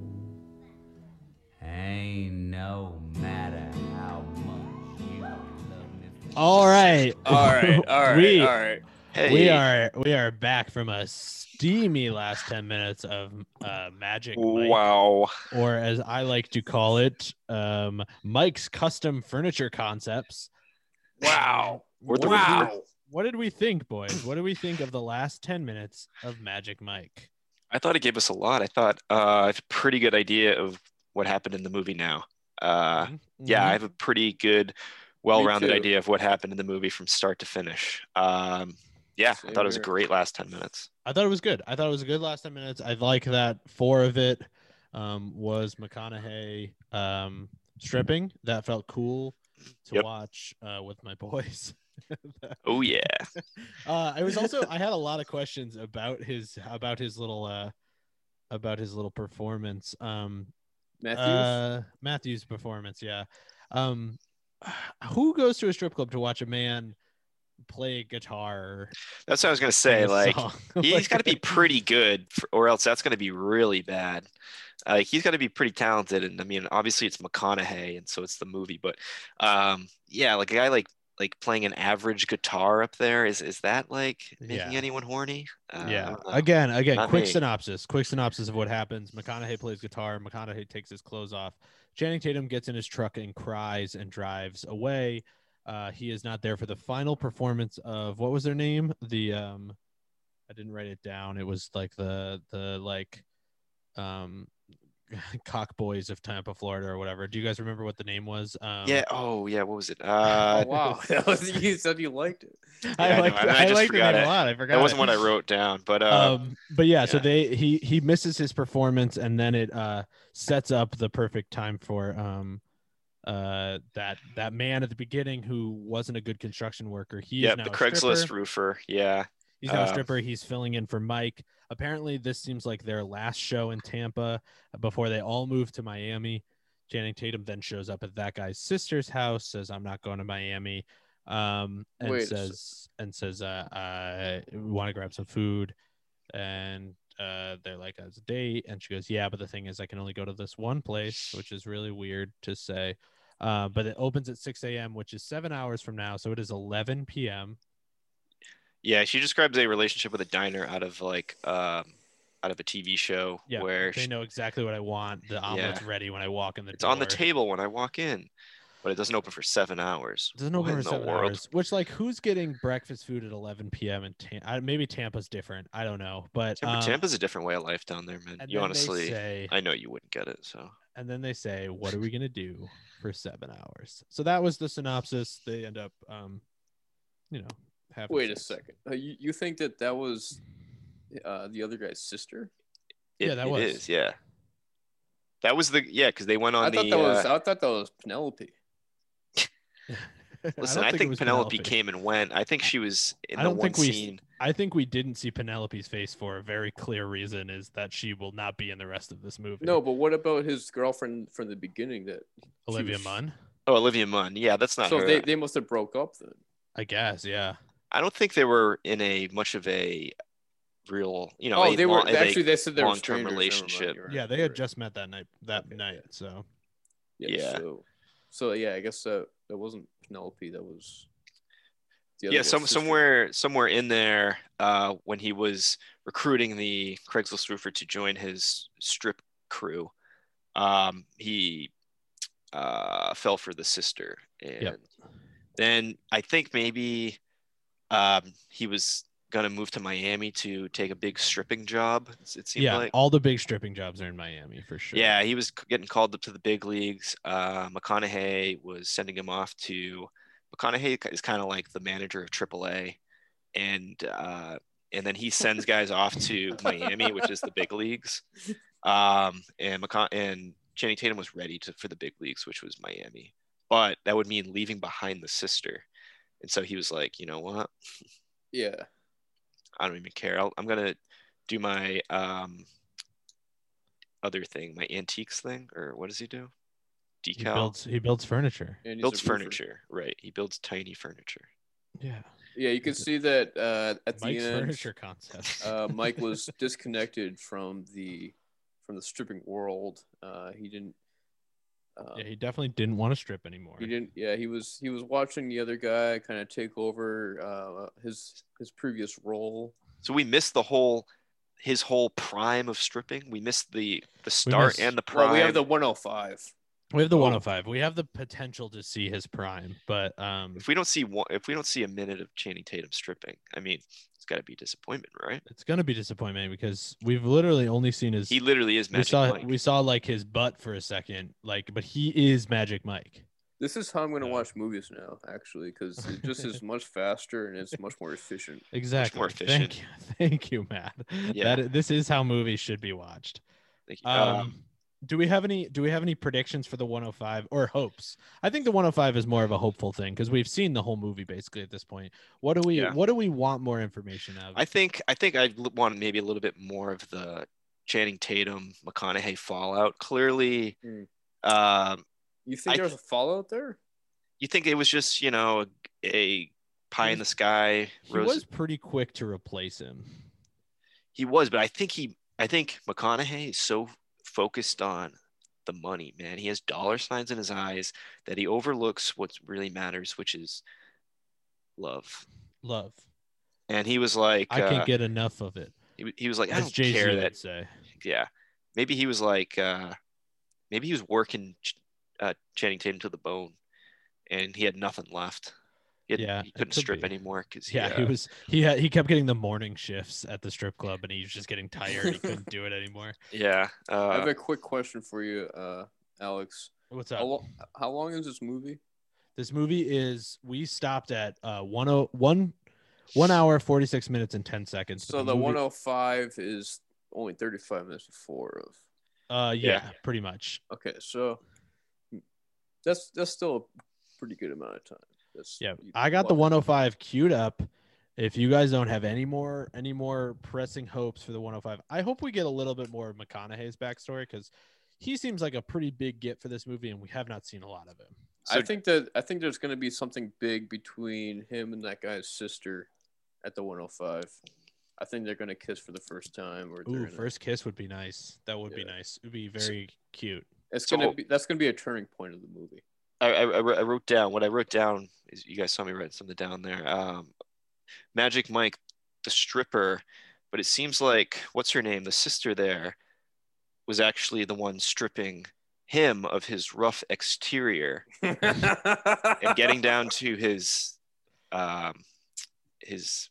Speaker 6: Ain't no matter how much you love me.
Speaker 3: All right,
Speaker 5: All right, all right,
Speaker 3: we,
Speaker 5: all right.
Speaker 4: Hey,
Speaker 3: we are we are back from a steamy last ten minutes of uh, Magic Mike,
Speaker 4: Wow.
Speaker 3: or as I like to call it, um, Mike's Custom Furniture Concepts.
Speaker 5: Wow.
Speaker 4: Worth a review.
Speaker 3: What did we think, boys? What did we think of the last ten minutes of Magic Mike?
Speaker 4: I thought it gave us a lot. I thought uh, it's a pretty good idea of what happened in the movie now. Uh,
Speaker 3: Hmm?
Speaker 4: Yeah,
Speaker 3: Mm-hmm.
Speaker 4: I have a pretty good, well rounded
Speaker 5: too.
Speaker 4: idea of what happened in the movie from start to finish. Um, yeah, I
Speaker 5: Same
Speaker 4: thought it was a
Speaker 5: here.
Speaker 4: great last 10 minutes.
Speaker 3: I thought it was good. I thought it was a good last 10 minutes. I like that four of it um, was McConaughey um, stripping. That felt cool to
Speaker 4: Yep.
Speaker 3: watch uh, with my boys.
Speaker 4: Oh yeah.
Speaker 3: uh, I was also I had a lot of questions about his about his little uh, about his little performance. Um,
Speaker 5: Matthews.
Speaker 3: Uh, Matthews' performance, yeah. Um, who goes to a strip club to watch a man play guitar?
Speaker 4: That's what I was gonna
Speaker 3: sing
Speaker 4: say.
Speaker 3: a
Speaker 4: Like
Speaker 3: song?
Speaker 4: he's
Speaker 3: Like,
Speaker 4: got to be pretty good, for, or else that's gonna be really bad. Like he's got to be pretty talented, and I mean, obviously it's McConaughey, and so it's the movie. But um, yeah, like a guy like like playing an average guitar up there is is that like making
Speaker 3: Yeah.
Speaker 4: anyone horny? Uh, I
Speaker 3: Yeah.
Speaker 4: don't know.
Speaker 3: Again, again.
Speaker 4: Not
Speaker 3: quick
Speaker 4: me.
Speaker 3: synopsis. Quick synopsis of what happens. McConaughey plays guitar. McConaughey takes his clothes off. Channing Tatum gets in his truck and cries and drives away. Uh, he is not there for the final performance of what was their name? The um, I didn't write it down. It was like the the like um, cock boys of Tampa, Florida, or whatever. Do you guys remember what the name was? Um,
Speaker 4: yeah. Oh yeah. What was it? Uh,
Speaker 5: oh, wow, that was you said you liked it.
Speaker 4: Yeah,
Speaker 3: I
Speaker 4: I
Speaker 3: like
Speaker 4: know, and I
Speaker 3: I,
Speaker 4: just
Speaker 3: like the
Speaker 4: forgot
Speaker 3: name a
Speaker 4: it.
Speaker 3: lot. I forgot.
Speaker 4: that wasn't
Speaker 3: it.
Speaker 4: what I wrote down, but uh,
Speaker 3: um but yeah, so
Speaker 4: yeah.
Speaker 3: they he he misses his performance and then it uh sets up the perfect time for um uh that that man at the beginning who wasn't a good construction worker he
Speaker 4: yeah,
Speaker 3: is now
Speaker 4: the
Speaker 3: a
Speaker 4: Craigslist
Speaker 3: stripper.
Speaker 4: roofer. Yeah.
Speaker 3: he's now a
Speaker 4: uh,
Speaker 3: stripper he's filling in for mike apparently this seems like their last show in tampa before they all move to miami channing tatum then shows up at that guy's sister's house says i'm not going to miami um and
Speaker 5: Wait a sec.
Speaker 3: says and says uh i want to grab some food and uh, they're like, "As a date," and she goes, "Yeah, but the thing is, I can only go to this one place, which is really weird to say." Uh, but it opens at 6 a.m., which is seven hours from now, so it is 11 p.m.
Speaker 4: Yeah, she describes a relationship with a diner out of like um out of a TV show
Speaker 3: Yeah,
Speaker 4: where
Speaker 3: They
Speaker 4: she,
Speaker 3: know exactly what I want. The omelet's ready when I walk in the
Speaker 4: it's on the
Speaker 3: door.
Speaker 4: table when I walk in, but it doesn't open for seven hours.
Speaker 3: It Doesn't
Speaker 4: What
Speaker 3: open for
Speaker 4: in the
Speaker 3: seven
Speaker 4: world?
Speaker 3: hours. Which, like, who's getting breakfast food at 11 p.m. in Tampa? Maybe Tampa's different. I don't know, but
Speaker 4: Tampa,
Speaker 3: um,
Speaker 4: Tampa's a different way of life down there, man.
Speaker 3: and
Speaker 4: You
Speaker 3: then they
Speaker 4: honestly,
Speaker 3: say-
Speaker 4: I know you wouldn't get it. So
Speaker 3: and then they say, "What are we gonna do for seven hours?" So that was the synopsis. They end up, um, you know, having
Speaker 5: Wait a
Speaker 3: sex.
Speaker 5: second. Uh, you, you think that that was uh, the other guy's sister?
Speaker 4: it,
Speaker 3: Yeah, that
Speaker 4: it
Speaker 3: was.
Speaker 4: is, yeah. That was the yeah because they went on
Speaker 5: I
Speaker 4: the.
Speaker 5: thought that was.
Speaker 4: uh,
Speaker 5: I thought that was Penelope.
Speaker 3: I
Speaker 4: listen,
Speaker 3: don't
Speaker 4: I,
Speaker 3: it
Speaker 4: think
Speaker 3: was
Speaker 4: Penelope, came and went. I think she was in
Speaker 3: I
Speaker 4: the
Speaker 3: don't
Speaker 4: one
Speaker 3: think we-
Speaker 4: scene.
Speaker 3: I think we didn't see Penelope's face for a very clear reason: is that she will not be in the rest of this movie.
Speaker 5: No, but what about his girlfriend from the beginning? That
Speaker 3: Olivia
Speaker 5: was-
Speaker 3: Munn,
Speaker 4: Oh, Olivia Munn. Yeah, that's not
Speaker 5: so
Speaker 4: her.
Speaker 5: they, they must have broke up then.
Speaker 3: I guess. Yeah,
Speaker 4: I don't think they were in a much of a real, you know,
Speaker 5: oh,
Speaker 4: a
Speaker 5: they were
Speaker 4: long- a-
Speaker 5: actually. They said they were
Speaker 4: long-term
Speaker 5: strangers. Never mind,
Speaker 4: relationship.
Speaker 5: you're right,
Speaker 3: yeah, they
Speaker 5: you're
Speaker 3: had
Speaker 5: right.
Speaker 3: just met that night. That
Speaker 5: Okay,
Speaker 3: night, so
Speaker 4: Yeah.
Speaker 5: So, so yeah, I guess that that wasn't Penelope. That was. The
Speaker 4: yeah,
Speaker 5: guy's
Speaker 4: some
Speaker 5: sister.
Speaker 4: somewhere somewhere in there, uh, when he was recruiting the Craigslist roofer to join his strip crew, um, he uh, fell for the sister, and then I think maybe um, he was gonna move to Miami to take a big stripping job. It seemed
Speaker 3: yeah,
Speaker 4: like.
Speaker 3: all the big stripping jobs are in Miami for sure.
Speaker 4: Yeah, he was c- getting called up to the big leagues. Uh, McConaughey was sending him off to. McConaughey is kind of like the manager of AAA, and uh, and then he sends guys off to Miami, which is the big leagues. Um, and McCon- and Channing Tatum was ready to, for the big leagues, which was Miami, but that would mean leaving behind the sister, and so he was like, you know what,
Speaker 5: Yeah.
Speaker 4: I don't even care. I'll, I'm gonna do my um other thing, my antiques thing, or what does he do? Decal
Speaker 3: he builds he builds furniture.
Speaker 5: and he's a
Speaker 4: builds
Speaker 5: roofer.
Speaker 4: furniture, right? He builds tiny furniture.
Speaker 3: Yeah,
Speaker 5: Yeah, you can see that uh, at
Speaker 3: Mike's
Speaker 5: the end.
Speaker 3: furniture concept.
Speaker 5: uh, Mike was disconnected from the from the stripping world. Uh, he didn't. Uh,
Speaker 3: yeah, he definitely didn't want to strip anymore.
Speaker 5: he didn't. Yeah, he was he was watching the other guy kind of take over uh, his his previous role.
Speaker 4: So we missed the whole his whole prime of stripping. We missed the the start
Speaker 3: missed-
Speaker 4: and the prime.
Speaker 5: Well, we have the 105.
Speaker 3: We have the
Speaker 4: Oh.
Speaker 3: 105. We have the potential to see his prime, but um,
Speaker 4: if we don't see one, if we don't see a minute of Channing Tatum stripping, I mean, it's got to be disappointment, right?
Speaker 3: it's gonna be disappointment because we've literally only seen his.
Speaker 4: He literally is
Speaker 3: we
Speaker 4: magic.
Speaker 3: saw
Speaker 4: Mike.
Speaker 3: we saw like his butt for a second, like, but he is Magic Mike.
Speaker 5: This is how I'm going to
Speaker 3: Yeah.
Speaker 5: watch movies now, actually, because it just is much faster and it's much more efficient.
Speaker 3: Exactly.
Speaker 4: more
Speaker 3: Thank you, thank you, Matt.
Speaker 4: Yeah.
Speaker 3: That this is how movies should be watched.
Speaker 4: Like,
Speaker 3: Um,
Speaker 4: um,
Speaker 3: do we have any do we have any predictions for the 105 or hopes? I think the 105 is more of a hopeful thing because we've seen the whole movie basically at this point. What do we
Speaker 4: Yeah.
Speaker 3: what do we want more information of?
Speaker 4: I think I think I want maybe a little bit more of the Channing Tatum McConaughey fallout. Clearly,
Speaker 3: Mm.
Speaker 5: Hmm.
Speaker 4: um,
Speaker 5: You
Speaker 4: I
Speaker 5: think there was a fallout there?
Speaker 4: you think it was just you know a, a pie in the sky.
Speaker 3: he
Speaker 4: Rose,
Speaker 3: was pretty quick to replace him.
Speaker 4: he was, but I think he I think McConaughey is so focused on the money, man. He has dollar signs in his eyes that he overlooks what really matters, which is love.
Speaker 3: Love.
Speaker 4: And he was like,
Speaker 3: I
Speaker 4: uh,
Speaker 3: can't get enough of it.
Speaker 4: he, he was like, I
Speaker 3: As
Speaker 4: don't
Speaker 3: Jay Z
Speaker 4: care that
Speaker 3: would say.
Speaker 4: yeah maybe he was like uh maybe he was working Ch- uh channing tatum to the bone and he had nothing left he, had-
Speaker 3: Yeah,
Speaker 4: he
Speaker 3: it
Speaker 4: couldn't
Speaker 3: could
Speaker 4: strip
Speaker 3: be.
Speaker 4: anymore uh, because
Speaker 3: Yeah, he was he had, he kept getting the morning shifts at the strip club and he was just getting tired. he couldn't do it anymore.
Speaker 4: yeah
Speaker 5: I
Speaker 4: uh,
Speaker 5: have a quick question for you, uh, Alex.
Speaker 3: What's
Speaker 4: Oh,
Speaker 5: How,
Speaker 3: up?
Speaker 5: lo- how long is this movie?
Speaker 3: This movie is we stopped at uh one oh one one hour forty six minutes and ten seconds. but
Speaker 5: So the
Speaker 3: movie-
Speaker 5: 105 is only 35 minutes before of.
Speaker 3: uh yeah,
Speaker 4: oh Yeah.
Speaker 3: pretty much.
Speaker 5: Okay, so that's that's still a pretty good amount of time. That's
Speaker 3: Yeah.
Speaker 5: you-
Speaker 3: I got the
Speaker 5: wow.
Speaker 3: one oh five queued up. If you guys don't have any more any more pressing hopes for the 105, I hope we get a little bit more of McConaughey's backstory because he seems like a pretty big get for this movie, and we have not seen a lot of him.
Speaker 5: I
Speaker 4: So-
Speaker 5: think that I think there's going to be something big between him and that guy's sister at the 105. I think they're going to kiss for the first time. Or they're
Speaker 3: Ooh,
Speaker 5: gonna-
Speaker 3: first kiss would be nice. That would be
Speaker 5: Yeah.
Speaker 3: nice. It'd be very cute.
Speaker 5: It's
Speaker 4: So-
Speaker 5: gonna be that's gonna be a turning point of the movie.
Speaker 4: I, I, I wrote- I wrote down what i wrote down is you guys saw me write something down there um magic mike the stripper but it seems like what's her name the sister there was actually the one stripping him of his rough exterior and getting down to his um his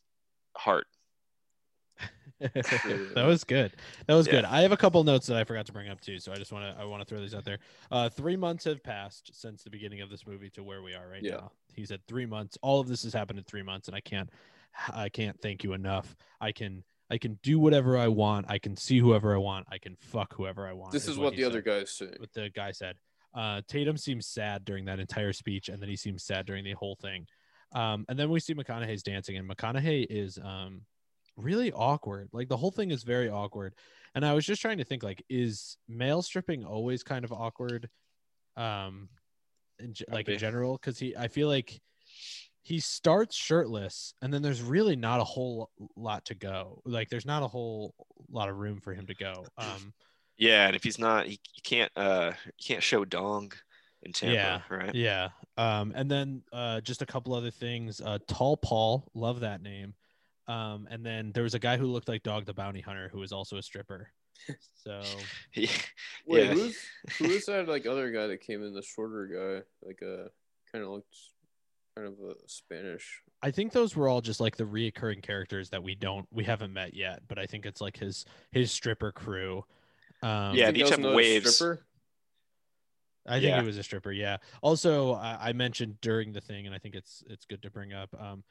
Speaker 4: heart
Speaker 3: that was good. That was good. I have a couple notes that I forgot to bring up too, so I just want to I want to throw these out there. Uh, three months have passed since the beginning of this movie to where we are right
Speaker 5: Yeah.
Speaker 3: now. He said three months. All of this has happened in three months, and I can't I can't thank you enough. I can I can do whatever I want. I can see whoever I want. I can fuck whoever I want.
Speaker 5: this is what
Speaker 3: he
Speaker 5: the other
Speaker 3: said-
Speaker 5: guy's saying.
Speaker 3: What the guy said. Uh, Tatum seems sad during that entire speech, and then he seems sad during the whole thing. Um, and then we see McConaughey's dancing, and McConaughey is um, really awkward. Like the whole thing is very awkward. And I was just trying to think, like, is male stripping always kind of awkward? Um, in, ge- like in
Speaker 4: be.
Speaker 3: general, because he, I feel like he starts shirtless, and then there's really not a whole lot to go. Like, there's not a whole lot of room for him to go. Um,
Speaker 4: yeah and if he's not he, you can't uh you can't show dong in tampa
Speaker 3: Yeah.
Speaker 4: right
Speaker 3: Yeah. Um, and then uh, just a couple other things. Uh, Tall Paul, love that name. Um, and then there was a guy who looked like Dog the Bounty Hunter who was also a stripper. So
Speaker 5: Wait,
Speaker 4: Yeah.
Speaker 5: who's who is that like other guy that came in? The shorter guy, like uh, kind of looked kind of a Spanish.
Speaker 3: I think those were all just like the reoccurring characters that we don't we haven't met yet, but I think it's like his his stripper crew. Um,
Speaker 4: Yeah,
Speaker 5: Think
Speaker 4: these
Speaker 5: that was
Speaker 4: have
Speaker 5: another
Speaker 4: waves.
Speaker 5: stripper?
Speaker 3: I think
Speaker 4: Yeah.
Speaker 3: it was a stripper. Yeah. Also, I, I mentioned during the thing, and I think it's it's good to bring up. Um,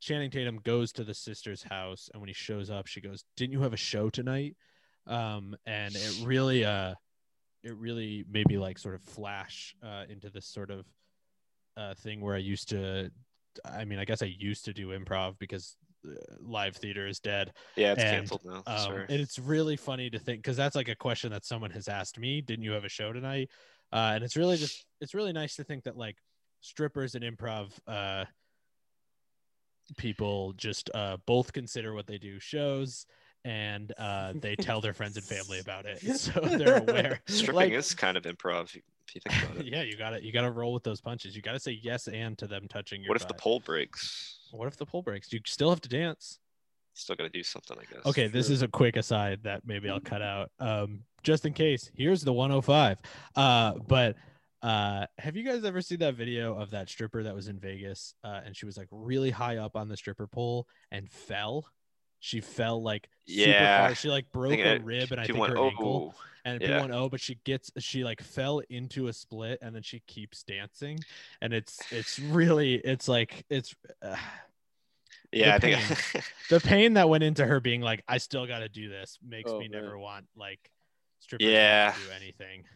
Speaker 3: Channing Tatum goes to the sister's house, and when he shows up, she goes, "Didn't you have a show tonight?" Um, and it really, uh, it really made me like sort of flash uh, into this sort of uh, thing where I used to. I mean, I guess I used to do improv because uh, live theater is dead,
Speaker 4: yeah it's
Speaker 3: And,
Speaker 4: canceled now
Speaker 3: um,
Speaker 4: sorry.
Speaker 3: and it's really funny to think because that's like a question that someone has asked me. Didn't you have a show tonight? Uh, and it's really just it's really nice to think that like strippers and improv uh, people just uh, both consider what they do shows and uh, they tell their friends and family about it, so they're aware.
Speaker 4: stripping
Speaker 3: Like-
Speaker 4: is kind of improv if you think about it
Speaker 3: yeah, you got to You got to roll with those punches. You got to say yes and to them touching your.
Speaker 4: what if the
Speaker 3: butt.
Speaker 4: pole breaks
Speaker 3: What if the pole breaks? You still have to dance.
Speaker 4: still got to do something i guess
Speaker 3: Okay, this
Speaker 5: Sure.
Speaker 3: is a quick aside that maybe I'll cut out. Um, just in case, here's the 105. Uh, but uh, have you guys ever seen that video of that stripper that was in Vegas uh, and she was like really high up on the stripper pole and fell? She fell like super
Speaker 4: Yeah.
Speaker 3: far. She like broke
Speaker 4: Think
Speaker 3: a
Speaker 4: I-
Speaker 3: rib and I
Speaker 4: People
Speaker 3: think
Speaker 4: went,
Speaker 3: her ankle
Speaker 4: "Oh."
Speaker 3: and
Speaker 4: yeah.
Speaker 3: people went oh, but she gets she like fell into a split and then she keeps dancing and it's it's really it's like it's. Uh,
Speaker 4: yeah i
Speaker 3: The
Speaker 4: think
Speaker 3: the pain that went into her being like, I still got to do this makes
Speaker 5: Oh,
Speaker 3: me
Speaker 5: man.
Speaker 3: never want like strippers don't
Speaker 4: Yeah.
Speaker 3: do anything.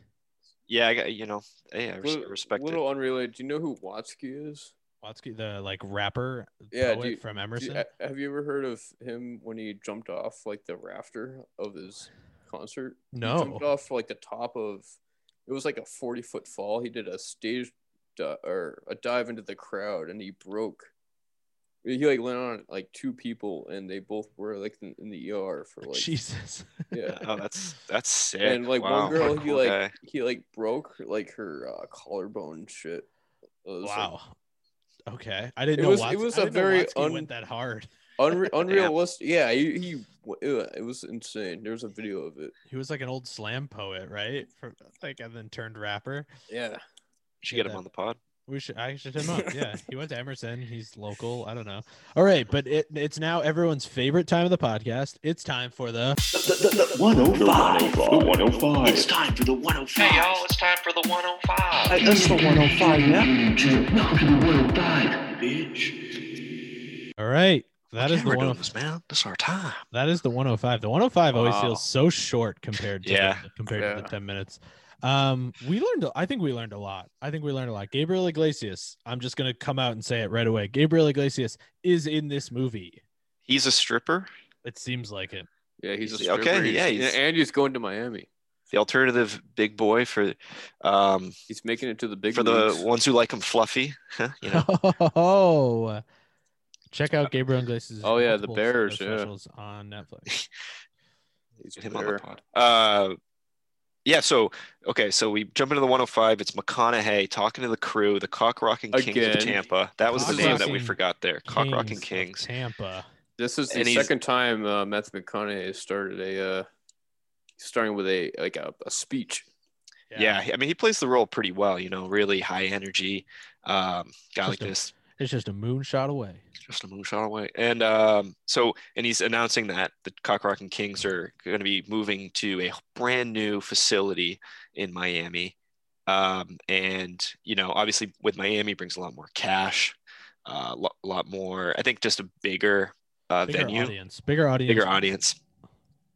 Speaker 4: Yeah, I got you know, hey, I res-
Speaker 5: Little-
Speaker 4: respect it.
Speaker 5: little unrelated. Do you know who Watsky is?
Speaker 3: Watsky, the like rapper
Speaker 5: Yeah,
Speaker 3: poet
Speaker 5: do you-
Speaker 3: from
Speaker 5: Do you-
Speaker 3: Emerson.
Speaker 5: a- have you ever heard of him when he jumped off like the rafter of his concert? He
Speaker 3: no.
Speaker 5: jumped off like the top of it was like a 40 foot fall. He did a stage di- or a dive into the crowd and he broke. He like landed on like two people and they both were like in, in the ER for like
Speaker 3: Jesus.
Speaker 5: yeah.
Speaker 4: oh, that's that's sick.
Speaker 5: And like
Speaker 4: Wow,
Speaker 5: one girl,
Speaker 4: what a
Speaker 5: he
Speaker 4: cool
Speaker 5: like
Speaker 4: guy.
Speaker 5: he like broke like her uh, collarbone and shit. It was, like,
Speaker 3: Wow. Okay, I didn't
Speaker 5: It
Speaker 3: know.
Speaker 5: was-
Speaker 3: Wats-
Speaker 5: it was
Speaker 3: I
Speaker 5: a
Speaker 3: didn't know
Speaker 5: very
Speaker 3: Watsky
Speaker 5: un-
Speaker 3: went that hard.
Speaker 5: Unre- unrealistic. Yeah, he, he it was insane. There was a video of it.
Speaker 3: He was like an old slam poet, right? For, like, and then turned rapper.
Speaker 5: Yeah,
Speaker 3: did
Speaker 4: should get him
Speaker 3: that.
Speaker 4: on the pod.
Speaker 3: We should. I should hit him up. Yeah, he went to Emerson. He's local. I don't know. All right, but it, it's now everyone's favorite time of the podcast. It's time for the
Speaker 7: 105. The 105. It's time for the 105.
Speaker 8: Hey, y'all, it's time for the 105.
Speaker 7: that's the 105 now. Welcome to 105, bitch.
Speaker 3: All right. that is
Speaker 4: Yeah,
Speaker 3: the
Speaker 4: we're doing
Speaker 3: one. oh
Speaker 4: this, man. This is our time.
Speaker 3: That is the 105. The 105 always
Speaker 5: Wow.
Speaker 3: feels so short compared to
Speaker 4: Yeah.
Speaker 3: the, compared to the
Speaker 5: Yeah.
Speaker 3: 10 minutes. Um, we learned. a- I think we learned a lot. I think we learned a lot. Gabriel Iglesias. I'm just gonna come out and say it right away. Gabriel Iglesias is in this movie.
Speaker 4: He's a stripper.
Speaker 3: It seems like it.
Speaker 5: yeah, he's a
Speaker 4: He's- okay,
Speaker 5: stripper.
Speaker 4: yeah,
Speaker 5: he's,
Speaker 4: he's-
Speaker 5: and he's going to Miami.
Speaker 4: The alternative big boy for um
Speaker 5: He's making it to the big
Speaker 4: for
Speaker 5: leagues.
Speaker 4: the ones who like him fluffy. you know.
Speaker 3: Oh, check out Gabriel Iglesias.
Speaker 5: Oh, yeah, the
Speaker 3: multiple
Speaker 5: Bears,
Speaker 3: stand-up
Speaker 5: yeah.
Speaker 3: specials on Netflix.
Speaker 5: He's
Speaker 4: Get him on the
Speaker 5: there.
Speaker 4: pod. Uh, yeah. So okay. So we jump into the 105. It's McConaughey talking to the crew, the cock rocking kings of
Speaker 5: Again.
Speaker 4: Tampa. That was the name that we
Speaker 3: Cock-rocking
Speaker 4: forgot there. Cock rocking
Speaker 3: of
Speaker 4: kings.
Speaker 3: Tampa.
Speaker 5: This is the
Speaker 4: And he's-
Speaker 5: second time uh, Matthew McConaughey has started a uh, starting with a like a, a speech.
Speaker 4: Yeah. I mean, he plays the role pretty well. You know, really high energy. Um, guy like
Speaker 3: Just a-
Speaker 4: this,
Speaker 3: It's just a moonshot away.
Speaker 4: just a moonshot away. And um, so, and he's announcing that the Cock Rockin' Kings are going to be moving to a brand new facility in Miami. Um, and you know, obviously, with Miami brings a lot more cash, uh, a lot, lot more. I think just a bigger, uh,
Speaker 3: Bigger
Speaker 4: venue,
Speaker 3: audience. Bigger audience.
Speaker 4: bigger audience.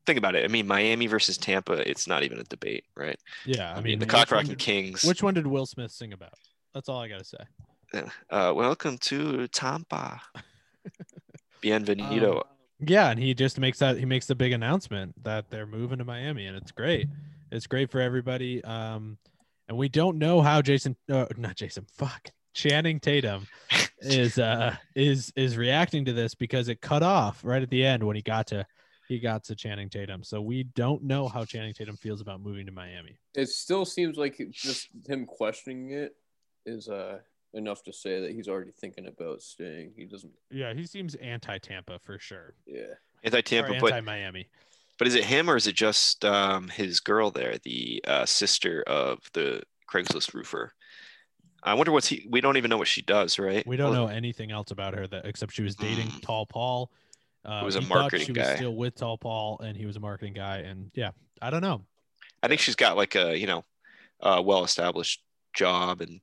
Speaker 4: Think about it. I mean, Miami versus Tampa. It's not even a debate, right?
Speaker 3: Yeah, I mean
Speaker 4: the
Speaker 3: which
Speaker 4: Cock
Speaker 3: one
Speaker 4: Rockin'
Speaker 3: did-
Speaker 4: Kings.
Speaker 3: Which one did Will Smith sing about? That's all I gotta say.
Speaker 4: Uh, welcome to Tampa. Bienvenido.
Speaker 3: Yeah, and he just makes that he makes the big announcement that they're moving to Miami, and it's great. It's great for everybody. Um, and we don't know how Jason, uh, not Jason, fuck Channing Tatum is uh is is reacting to this because it cut off right at the end when he got to he got to Channing Tatum. So we don't know how Channing Tatum feels about moving to Miami.
Speaker 5: It still seems like it- just him questioning it is uh, enough to say that he's already thinking about staying. He doesn't.
Speaker 3: Yeah, he seems anti Tampa for sure.
Speaker 5: Yeah,
Speaker 4: Anti Tampa, but
Speaker 3: anti Miami.
Speaker 4: But is it him or is it just um, his girl there, the uh, sister of the Craigslist roofer? I wonder what's he. We don't even know what she does, right?
Speaker 3: We don't
Speaker 4: Well,
Speaker 3: know anything else about her that except she was dating
Speaker 4: Mm.
Speaker 3: Tall Paul. Uh,
Speaker 4: Who was a
Speaker 3: he thought
Speaker 4: marketing
Speaker 3: she
Speaker 4: guy.
Speaker 3: Was still with Tall Paul, and he was a marketing guy. And yeah, I don't know.
Speaker 4: I think she's got like a you know, uh, well-established job, and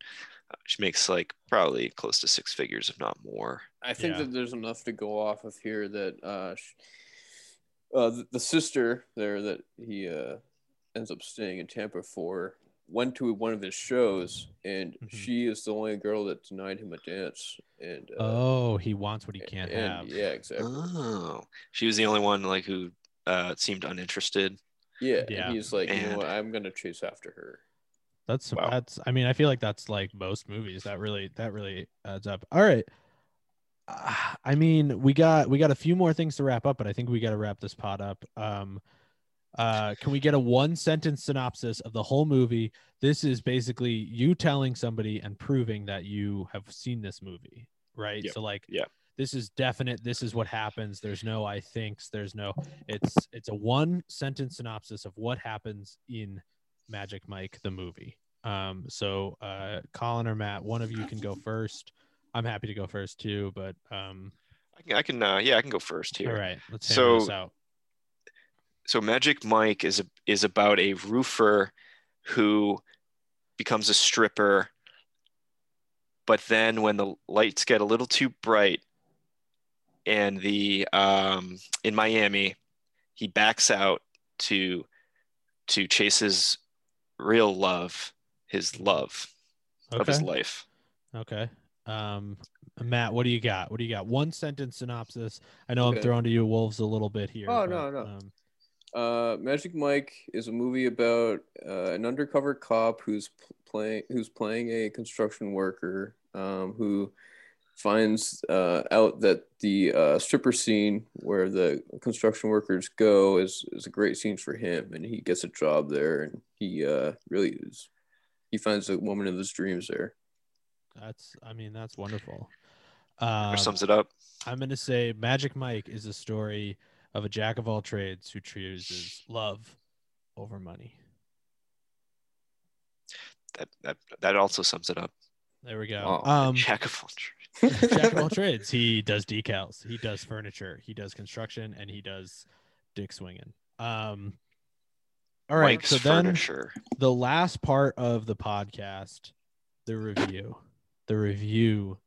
Speaker 4: she makes like probably close to six figures, if not more.
Speaker 5: I think
Speaker 3: Yeah.
Speaker 5: that there's enough to go off of here that uh, sh- uh, the, the sister there that he uh, ends up staying in Tampa for went to one of his shows, and
Speaker 3: Mhm.
Speaker 5: she is the only girl that denied him a dance. And uh,
Speaker 3: oh, he wants what he can't have.
Speaker 5: and- Yeah, exactly.
Speaker 4: Oh, she was the only one like who uh, seemed uninterested.
Speaker 5: Yeah, and
Speaker 3: Yeah.
Speaker 5: he's like, you know
Speaker 4: Man.
Speaker 5: what? I'm gonna chase after her.
Speaker 3: That's
Speaker 4: Wow.
Speaker 3: that's. I mean, I feel like that's like most movies. That really that really adds up. All right. Ah, I mean, we got we got a few more things to wrap up, but I think we got to wrap this pod up. Um, uh, can we get a one sentence synopsis of the whole movie? This is basically you telling somebody and proving that you have seen this movie, right?
Speaker 4: Yep.
Speaker 3: So like,
Speaker 4: Yeah.
Speaker 3: this is definite. This is what happens. There's no I thinks. There's no. It's it's a one sentence synopsis of what happens in Magic Mike the movie. Um, so uh, Colin or Matt, one of you can go first. I'm happy to go first too, but um,
Speaker 4: I can, I can uh, yeah, I can go first here.
Speaker 3: all right, let's hammer this
Speaker 4: So-
Speaker 3: out.
Speaker 4: so Magic Mike is a, is about a roofer who becomes a stripper, but then when the lights get a little too bright, and the um, in Miami, he backs out to to chase his real love, his love of his
Speaker 2: Okay.
Speaker 4: life.
Speaker 2: Okay. Um, Matt, what do you got? What do you got? One sentence synopsis. I know
Speaker 5: Okay.
Speaker 2: I'm throwing to you wolves a little bit here.
Speaker 5: Oh, no, no.
Speaker 2: Um,
Speaker 5: Uh, Magic Mike is a movie about uh, an undercover cop who's p- playing who's playing a construction worker um, who finds uh, out that the uh, stripper scene where the construction workers go is is a great scene for him, and he gets a job there, and he uh, really is. He finds the woman of his dreams there.
Speaker 2: that's, I mean, that's wonderful. Um,
Speaker 4: or sums it up.
Speaker 2: I'm going to say Magic Mike is a story of a jack of all trades who chooses love over money.
Speaker 4: That, that that also sums it up.
Speaker 2: There we go.
Speaker 5: Wow.
Speaker 2: Um,
Speaker 4: Jack of all trades.
Speaker 2: jack of all trades. He does decals. He does furniture. He does construction, and he does dick swinging. Um, all right.
Speaker 4: Mike's
Speaker 2: so then
Speaker 4: furniture.
Speaker 2: the last part of the podcast, the review, the review,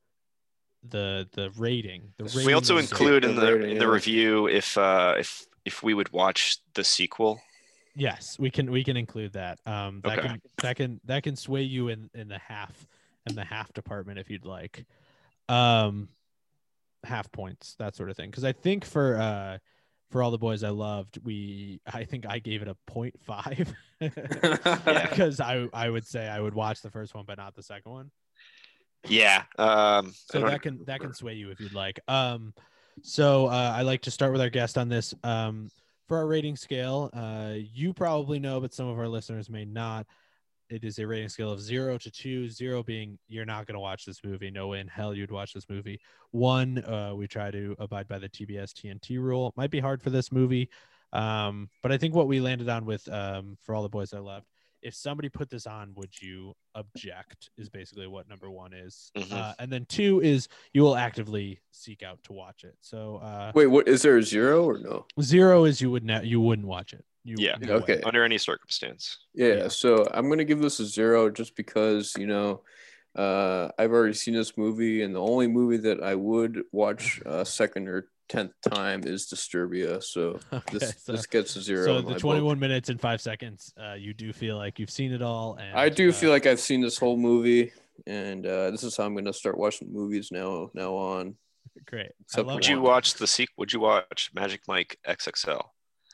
Speaker 2: the the rating. The rating
Speaker 4: We also
Speaker 2: is-
Speaker 4: include in the
Speaker 5: rating,
Speaker 4: in the
Speaker 5: yeah.
Speaker 4: review if uh, if if we would watch the sequel.
Speaker 2: Yes, we can we can include that. Um, that
Speaker 4: Okay.
Speaker 2: can that can that can sway you in in the half in the half department if you'd like, um, half points that sort of thing. Because I think for uh for all the boys I loved, we I think I gave it a point five
Speaker 4: Yeah.
Speaker 2: because I I would say I would watch the first one but not the second one.
Speaker 4: Yeah. Um, I
Speaker 2: so
Speaker 4: don't
Speaker 2: that can that
Speaker 4: remember.
Speaker 2: can sway you if you'd like um so uh, i like to start with our guest on this um for our rating scale uh you probably know but some of our listeners may not it is a rating scale of zero to two zero being you're not going to watch this movie no way in hell you'd watch this movie one uh we try to abide by the tbs tnt rule It might be hard for this movie um but i think what we landed on with um for all the boys i loved if somebody put this on would you object is basically what number one is
Speaker 4: Mhm.
Speaker 2: uh, and then two is you will actively seek out to watch it so uh
Speaker 5: Wait, what is there a zero or no?
Speaker 2: zero is you would not you wouldn't watch it you,
Speaker 4: Yeah.
Speaker 2: no way.
Speaker 5: Okay.
Speaker 4: under any circumstance.
Speaker 5: Yeah,
Speaker 2: Yeah.
Speaker 5: so I'm gonna give this a zero just because you know uh, I've already seen this movie, and the only movie that I would watch a second or tenth time is Disturbia. So
Speaker 2: Okay,
Speaker 5: this
Speaker 2: so,
Speaker 5: this gets a zero.
Speaker 2: so
Speaker 5: in my
Speaker 2: the
Speaker 5: book.
Speaker 2: 21 minutes and five seconds uh you do feel like you've seen it all and
Speaker 5: I do
Speaker 2: uh,
Speaker 5: feel like I've seen this whole movie, and uh, this is how I'm gonna start watching movies now now on.
Speaker 2: great I
Speaker 5: Except
Speaker 2: love
Speaker 4: Would
Speaker 5: Love
Speaker 4: you
Speaker 5: it.
Speaker 4: watch the sequel? Would you watch Magic Mike XXL?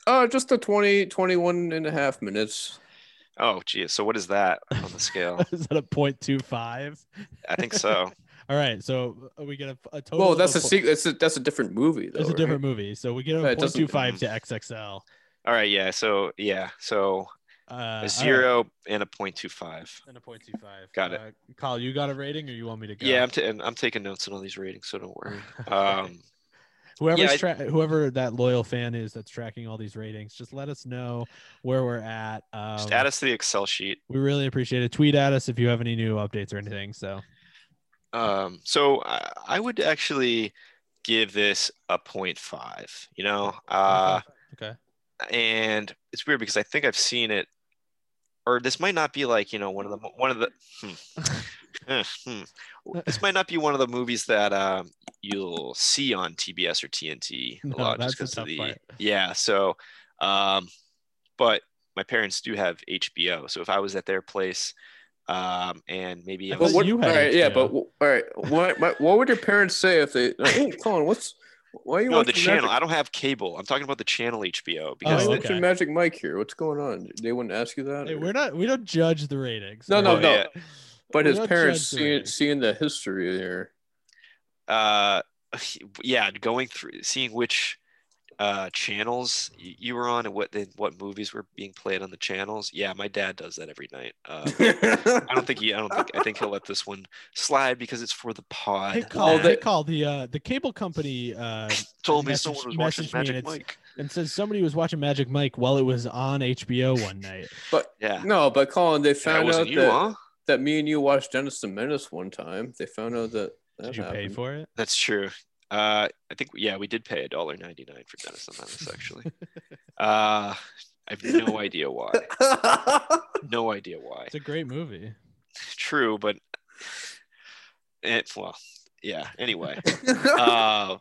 Speaker 5: Uh, just the 20, 21 and a half minutes.
Speaker 4: Oh, geez. So what is that on the
Speaker 5: uh,
Speaker 4: scale?
Speaker 2: is that a 0.25
Speaker 4: I think so.
Speaker 2: all right so uh, we get a, a total
Speaker 5: Well,
Speaker 2: of
Speaker 5: that's a
Speaker 2: po-
Speaker 5: se- that's a that's a different movie though.
Speaker 2: It's a
Speaker 5: right?
Speaker 2: different movie. So we get a
Speaker 5: Yeah, it doesn't-
Speaker 2: 0.25 to XXL.
Speaker 4: All right. Yeah. So yeah. So
Speaker 2: Uh, all
Speaker 4: a
Speaker 2: right,
Speaker 4: zero and a point two five.
Speaker 2: And a 0.25.
Speaker 4: Got it.
Speaker 2: Uh, Kyle, you got a rating or you want me to go?
Speaker 4: Yeah, I'm, t- I'm taking notes on all these ratings, so don't worry. Um,
Speaker 2: Whoever's
Speaker 4: yeah, I-
Speaker 2: tra- whoever that loyal fan is that's tracking all these ratings, just let us know where we're at. Um,
Speaker 4: just add us to the Excel sheet.
Speaker 2: We really appreciate it. Tweet at us if you have any new updates or anything. So
Speaker 4: Um, so I, I would actually give this a point five. You know, uh,
Speaker 2: okay.
Speaker 4: and it's weird because I think I've seen it, or this might not be like you know one of the one of the. hmm. Eh, hmm. This might not be one of the movies that um, you'll see on TBS or TNT a
Speaker 2: No,
Speaker 4: lot,
Speaker 2: that's the
Speaker 4: just 'cause of
Speaker 2: tough
Speaker 4: the
Speaker 2: part.
Speaker 4: yeah. So, um, but my parents do have HBO, so if I was at their place, um, and maybe
Speaker 2: I
Speaker 4: I
Speaker 2: thought
Speaker 4: was-
Speaker 5: But what,
Speaker 2: you had
Speaker 5: all right, yeah,
Speaker 2: HBO.
Speaker 5: but w- all right, what, what what would your parents say if they? Like, hey, Colin, what's why are you
Speaker 4: no, the
Speaker 5: watching
Speaker 4: channel.
Speaker 5: Magic-
Speaker 4: I don't have cable. I'm talking about the channel HBO
Speaker 5: Why are
Speaker 4: because
Speaker 5: you
Speaker 2: Oh,
Speaker 4: the-
Speaker 2: okay.
Speaker 5: watching Magic Mike here? What's going on? They wouldn't ask you that.
Speaker 2: Hey,
Speaker 5: or-
Speaker 2: we're not we don't judge the ratings.
Speaker 5: No, no,
Speaker 4: Oh,
Speaker 5: no.
Speaker 4: yeah.
Speaker 5: But
Speaker 2: we
Speaker 5: his
Speaker 2: don't
Speaker 5: parents
Speaker 2: judge the
Speaker 5: seeing
Speaker 2: ratings.
Speaker 5: seeing the history there.
Speaker 4: uh, yeah, going through seeing which uh channels y- you were on and what then what movies were being played on the channels. Yeah, my dad does that every night. Uh, I don't think he. I don't think. I think he'll let this one slide because it's for the pod.
Speaker 2: Hey, Kyle,
Speaker 5: Oh,
Speaker 2: they
Speaker 5: they-
Speaker 2: call the uh, the cable company uh,
Speaker 4: told me
Speaker 2: messaged-
Speaker 4: someone was watching
Speaker 2: messaged me and
Speaker 4: Magic
Speaker 2: it's-
Speaker 4: Mike.
Speaker 2: and says somebody was watching Magic Mike while it was on HBO one night.
Speaker 5: But
Speaker 4: Yeah,
Speaker 5: no, but Colin, they
Speaker 4: that
Speaker 5: found out
Speaker 4: wasn't you,
Speaker 5: that,
Speaker 4: huh?
Speaker 5: that me and you watched Dennis the Menace one time. They found out that. that
Speaker 2: Did you pay
Speaker 5: happened.
Speaker 2: for it?
Speaker 4: That's true. Uh, I think yeah, we did pay a dollar ninety nine for Dennis the Menace actually. uh, I have no idea why. No idea why.
Speaker 2: It's a great movie.
Speaker 4: True, but it well, yeah. Anyway, uh,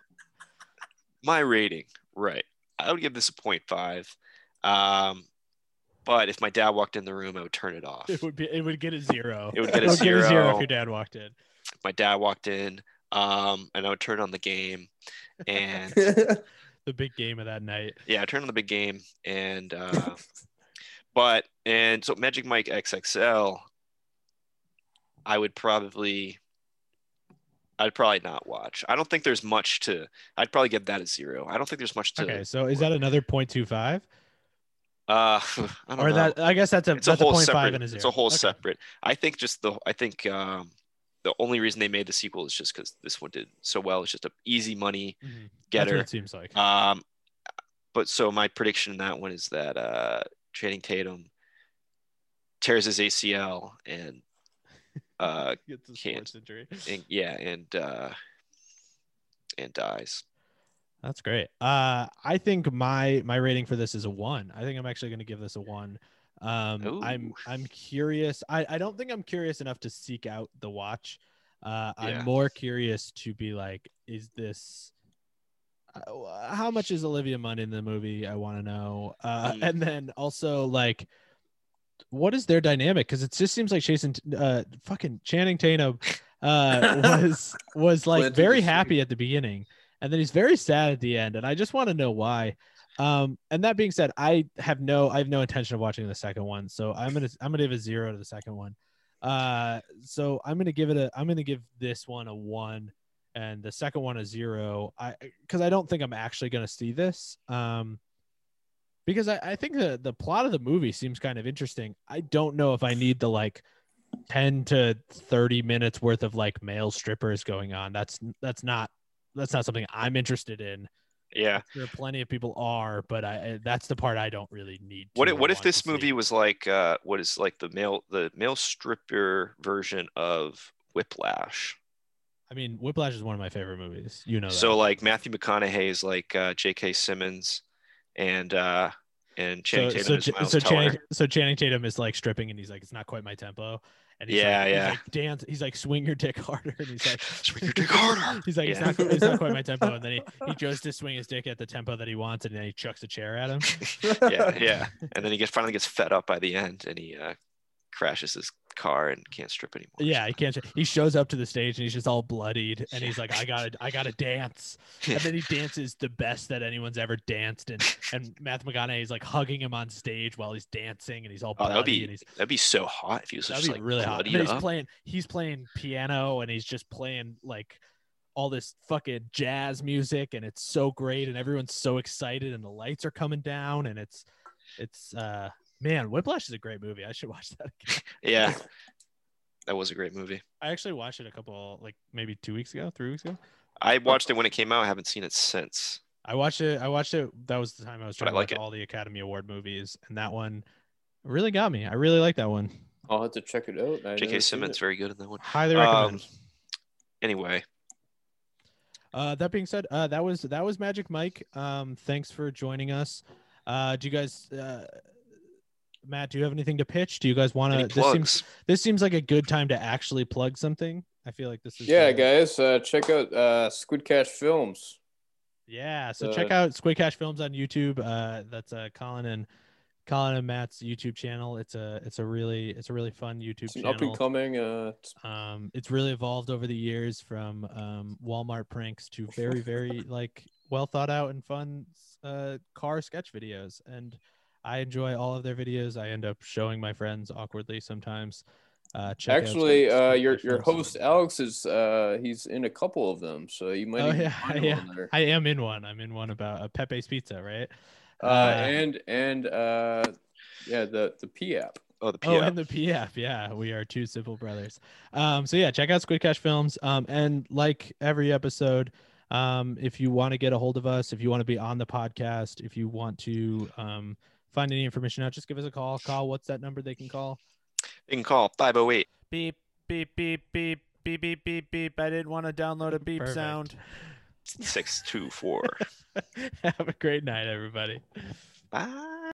Speaker 4: my rating, right? I would give this a point five. Um, But if my dad walked in the room, I would turn it off.
Speaker 3: It would be. It would get a zero.
Speaker 4: It would get a
Speaker 3: It
Speaker 4: zero.
Speaker 3: if your dad walked in.
Speaker 4: my dad walked in, um, and I would turn on the game, and
Speaker 3: The big game of that night.
Speaker 4: yeah, I turned on the big game, and uh, but and so Magic Mike XXL, I would probably, I'd probably not watch. I don't think there's much to. I'd probably give that a zero. I don't think there's much to.
Speaker 3: Okay, so is that another 0.25?
Speaker 4: Uh, I don't
Speaker 3: Or
Speaker 4: know.
Speaker 3: that? I guess that's a
Speaker 4: it's a
Speaker 3: that's
Speaker 4: whole
Speaker 3: point
Speaker 4: separate.
Speaker 3: five and a zero.
Speaker 4: It's a whole
Speaker 3: Okay.
Speaker 4: separate. I think just the. I think um, the only reason they made the sequel is just because this one did so well. It's just a easy money
Speaker 3: Mhm. That's
Speaker 4: getter.
Speaker 3: what it seems like.
Speaker 4: Um, but so my prediction in that one is that uh, Channing Tatum tears his ACL and uh,
Speaker 3: Gets a
Speaker 4: can't.
Speaker 3: sports injury.
Speaker 4: and yeah and uh, and dies.
Speaker 3: That's great. Uh, I think my my rating for this is a one. I think I'm actually going to give this a one. Um, I'm
Speaker 4: Ooh.
Speaker 3: I'm curious. I I don't think I'm curious enough to seek out the watch. Uh,
Speaker 4: Yeah.
Speaker 3: I'm more curious to be like, is this? uh, How much is Olivia Munn in the movie? I want to know. Uh,
Speaker 4: Mm.
Speaker 3: And then also like, what is their dynamic? Because it just seems like Jason, uh, fucking Channing Tatum, uh, was was like
Speaker 5: Planted
Speaker 3: very
Speaker 5: the seed.
Speaker 3: happy at the beginning and then he's very sad at the end and i just want to know why um and that being said i have no i have no intention of watching the second one so i'm gonna i'm gonna give a zero to the second one uh so i'm gonna give it a i'm gonna give this one a one and the second one a zero i because i don't think i'm actually gonna see this um because I, I think the the plot of the movie seems kind of interesting. I don't know if I need the like 10 to 30 minutes worth of like male strippers going on. That's that's not that's not something I'm interested in.
Speaker 4: Yeah.
Speaker 3: There are plenty of people are, but I I- that's the part I don't really need.
Speaker 4: What
Speaker 3: to
Speaker 4: if,
Speaker 3: or
Speaker 4: what if
Speaker 3: want
Speaker 4: this
Speaker 3: to see.
Speaker 4: movie was like uh, what is like the male the male stripper version of Whiplash?
Speaker 3: I mean, Whiplash is one of my favorite movies. You know, that.
Speaker 4: So like Matthew McConaughey is like uh, J.K. Simmons, and uh, and Channing Tatum
Speaker 3: so
Speaker 4: is
Speaker 3: Ch-
Speaker 4: Miles
Speaker 3: so
Speaker 4: Teller.
Speaker 3: Channing, so Channing Tatum is like stripping, and he's like, it's not quite my tempo. And he's
Speaker 4: Yeah,
Speaker 3: like, he's
Speaker 4: yeah.
Speaker 3: like, dance. He's like, swing your dick harder, and he's like,
Speaker 4: Swing your dick harder.
Speaker 3: He's like, it's
Speaker 4: Yeah.
Speaker 3: not, it's not quite my tempo. And then he, he goes to swing his dick at the tempo that he wants, and then he chucks a chair at him.
Speaker 4: yeah, yeah. And then he gets finally gets fed up by the end, and he uh, crashes his car and can't strip anymore.
Speaker 3: Yeah, he can't. He shows up to the stage and he's just all bloodied, and he's like, "I gotta, I gotta dance." And then he dances the best that anyone's ever danced, and and Matthew McConaughey is like hugging him on stage while he's dancing, and he's all
Speaker 4: Oh,
Speaker 3: bloody,
Speaker 4: that'd be
Speaker 3: and he's
Speaker 4: that'd be so hot if he was
Speaker 3: that'd
Speaker 4: just
Speaker 3: be
Speaker 4: like
Speaker 3: really hot.
Speaker 4: bloodied
Speaker 3: But he's
Speaker 4: up.
Speaker 3: playing, he's playing piano, and he's just playing like all this fucking jazz music, and it's so great, and everyone's so excited, and the lights are coming down, and it's, it's, uh, man, Whiplash is a great movie. I should watch that again.
Speaker 4: Yeah, that was a great movie.
Speaker 3: I actually watched it a couple, like maybe two weeks ago, three weeks ago.
Speaker 4: I watched it when it came out. I haven't seen it since.
Speaker 3: I watched it. I watched it. That was the time I was
Speaker 4: But
Speaker 3: trying
Speaker 4: I
Speaker 3: to
Speaker 4: like
Speaker 3: watch
Speaker 4: it.
Speaker 3: all the Academy Award movies, and that one really got me. I really like that one.
Speaker 5: I'll have to check it out. I
Speaker 4: J.K. Simmons very good in that one.
Speaker 3: Highly
Speaker 4: Um,
Speaker 3: recommend.
Speaker 4: Anyway,
Speaker 3: uh, that being said, uh, that was that was Magic Mike. Um, thanks for joining us. Uh, do you guys, uh, Matt? Do you have anything to pitch? Do you guys want to? Uh,
Speaker 4: any
Speaker 3: This seems
Speaker 4: plugs?
Speaker 3: this seems like a good time to actually plug something. I feel like this is
Speaker 5: Yeah,
Speaker 3: the-
Speaker 5: guys, uh, check out uh, Squid Cash Films.
Speaker 3: Yeah, so
Speaker 5: Uh,
Speaker 3: check out Squid Cash Films on YouTube. Uh, that's uh, Colin and Colin and Matt's YouTube channel. It's a it's a really it's a really fun YouTube
Speaker 5: It's an
Speaker 3: channel.
Speaker 5: up and coming. Uh, it's-
Speaker 3: um it's really evolved over the years from um walmart pranks to very very like well thought out and fun uh car sketch videos and i enjoy all of their videos i end up showing my friends awkwardly sometimes uh check out
Speaker 5: actually,
Speaker 3: Squid
Speaker 5: uh,
Speaker 3: Cash
Speaker 5: your your
Speaker 3: Films.
Speaker 5: host Alex is uh, he's in a couple of them, so you might.
Speaker 3: Oh,
Speaker 5: even
Speaker 3: yeah,
Speaker 5: find him
Speaker 3: yeah.
Speaker 5: on there.
Speaker 3: i am in one i'm in one about uh, pepe's pizza right
Speaker 5: Uh, and and uh, yeah, the the P app.
Speaker 4: Oh, the
Speaker 3: Oh,
Speaker 4: PF.
Speaker 3: and the PF, yeah, we are two simple brothers. Um, so yeah, check out Squid Cash Films. Um, and like every episode, um, if you want to get a hold of us, if you want to be on the podcast, if you want to um find any information out, just give us a call. Call what's that number they can call?
Speaker 4: you can call 508.
Speaker 9: beep beep beep beep beep beep beep beep. I didn't want to download a beep
Speaker 3: Perfect.
Speaker 9: sound.
Speaker 4: Six two four.
Speaker 3: Have a great night, everybody.
Speaker 4: Bye.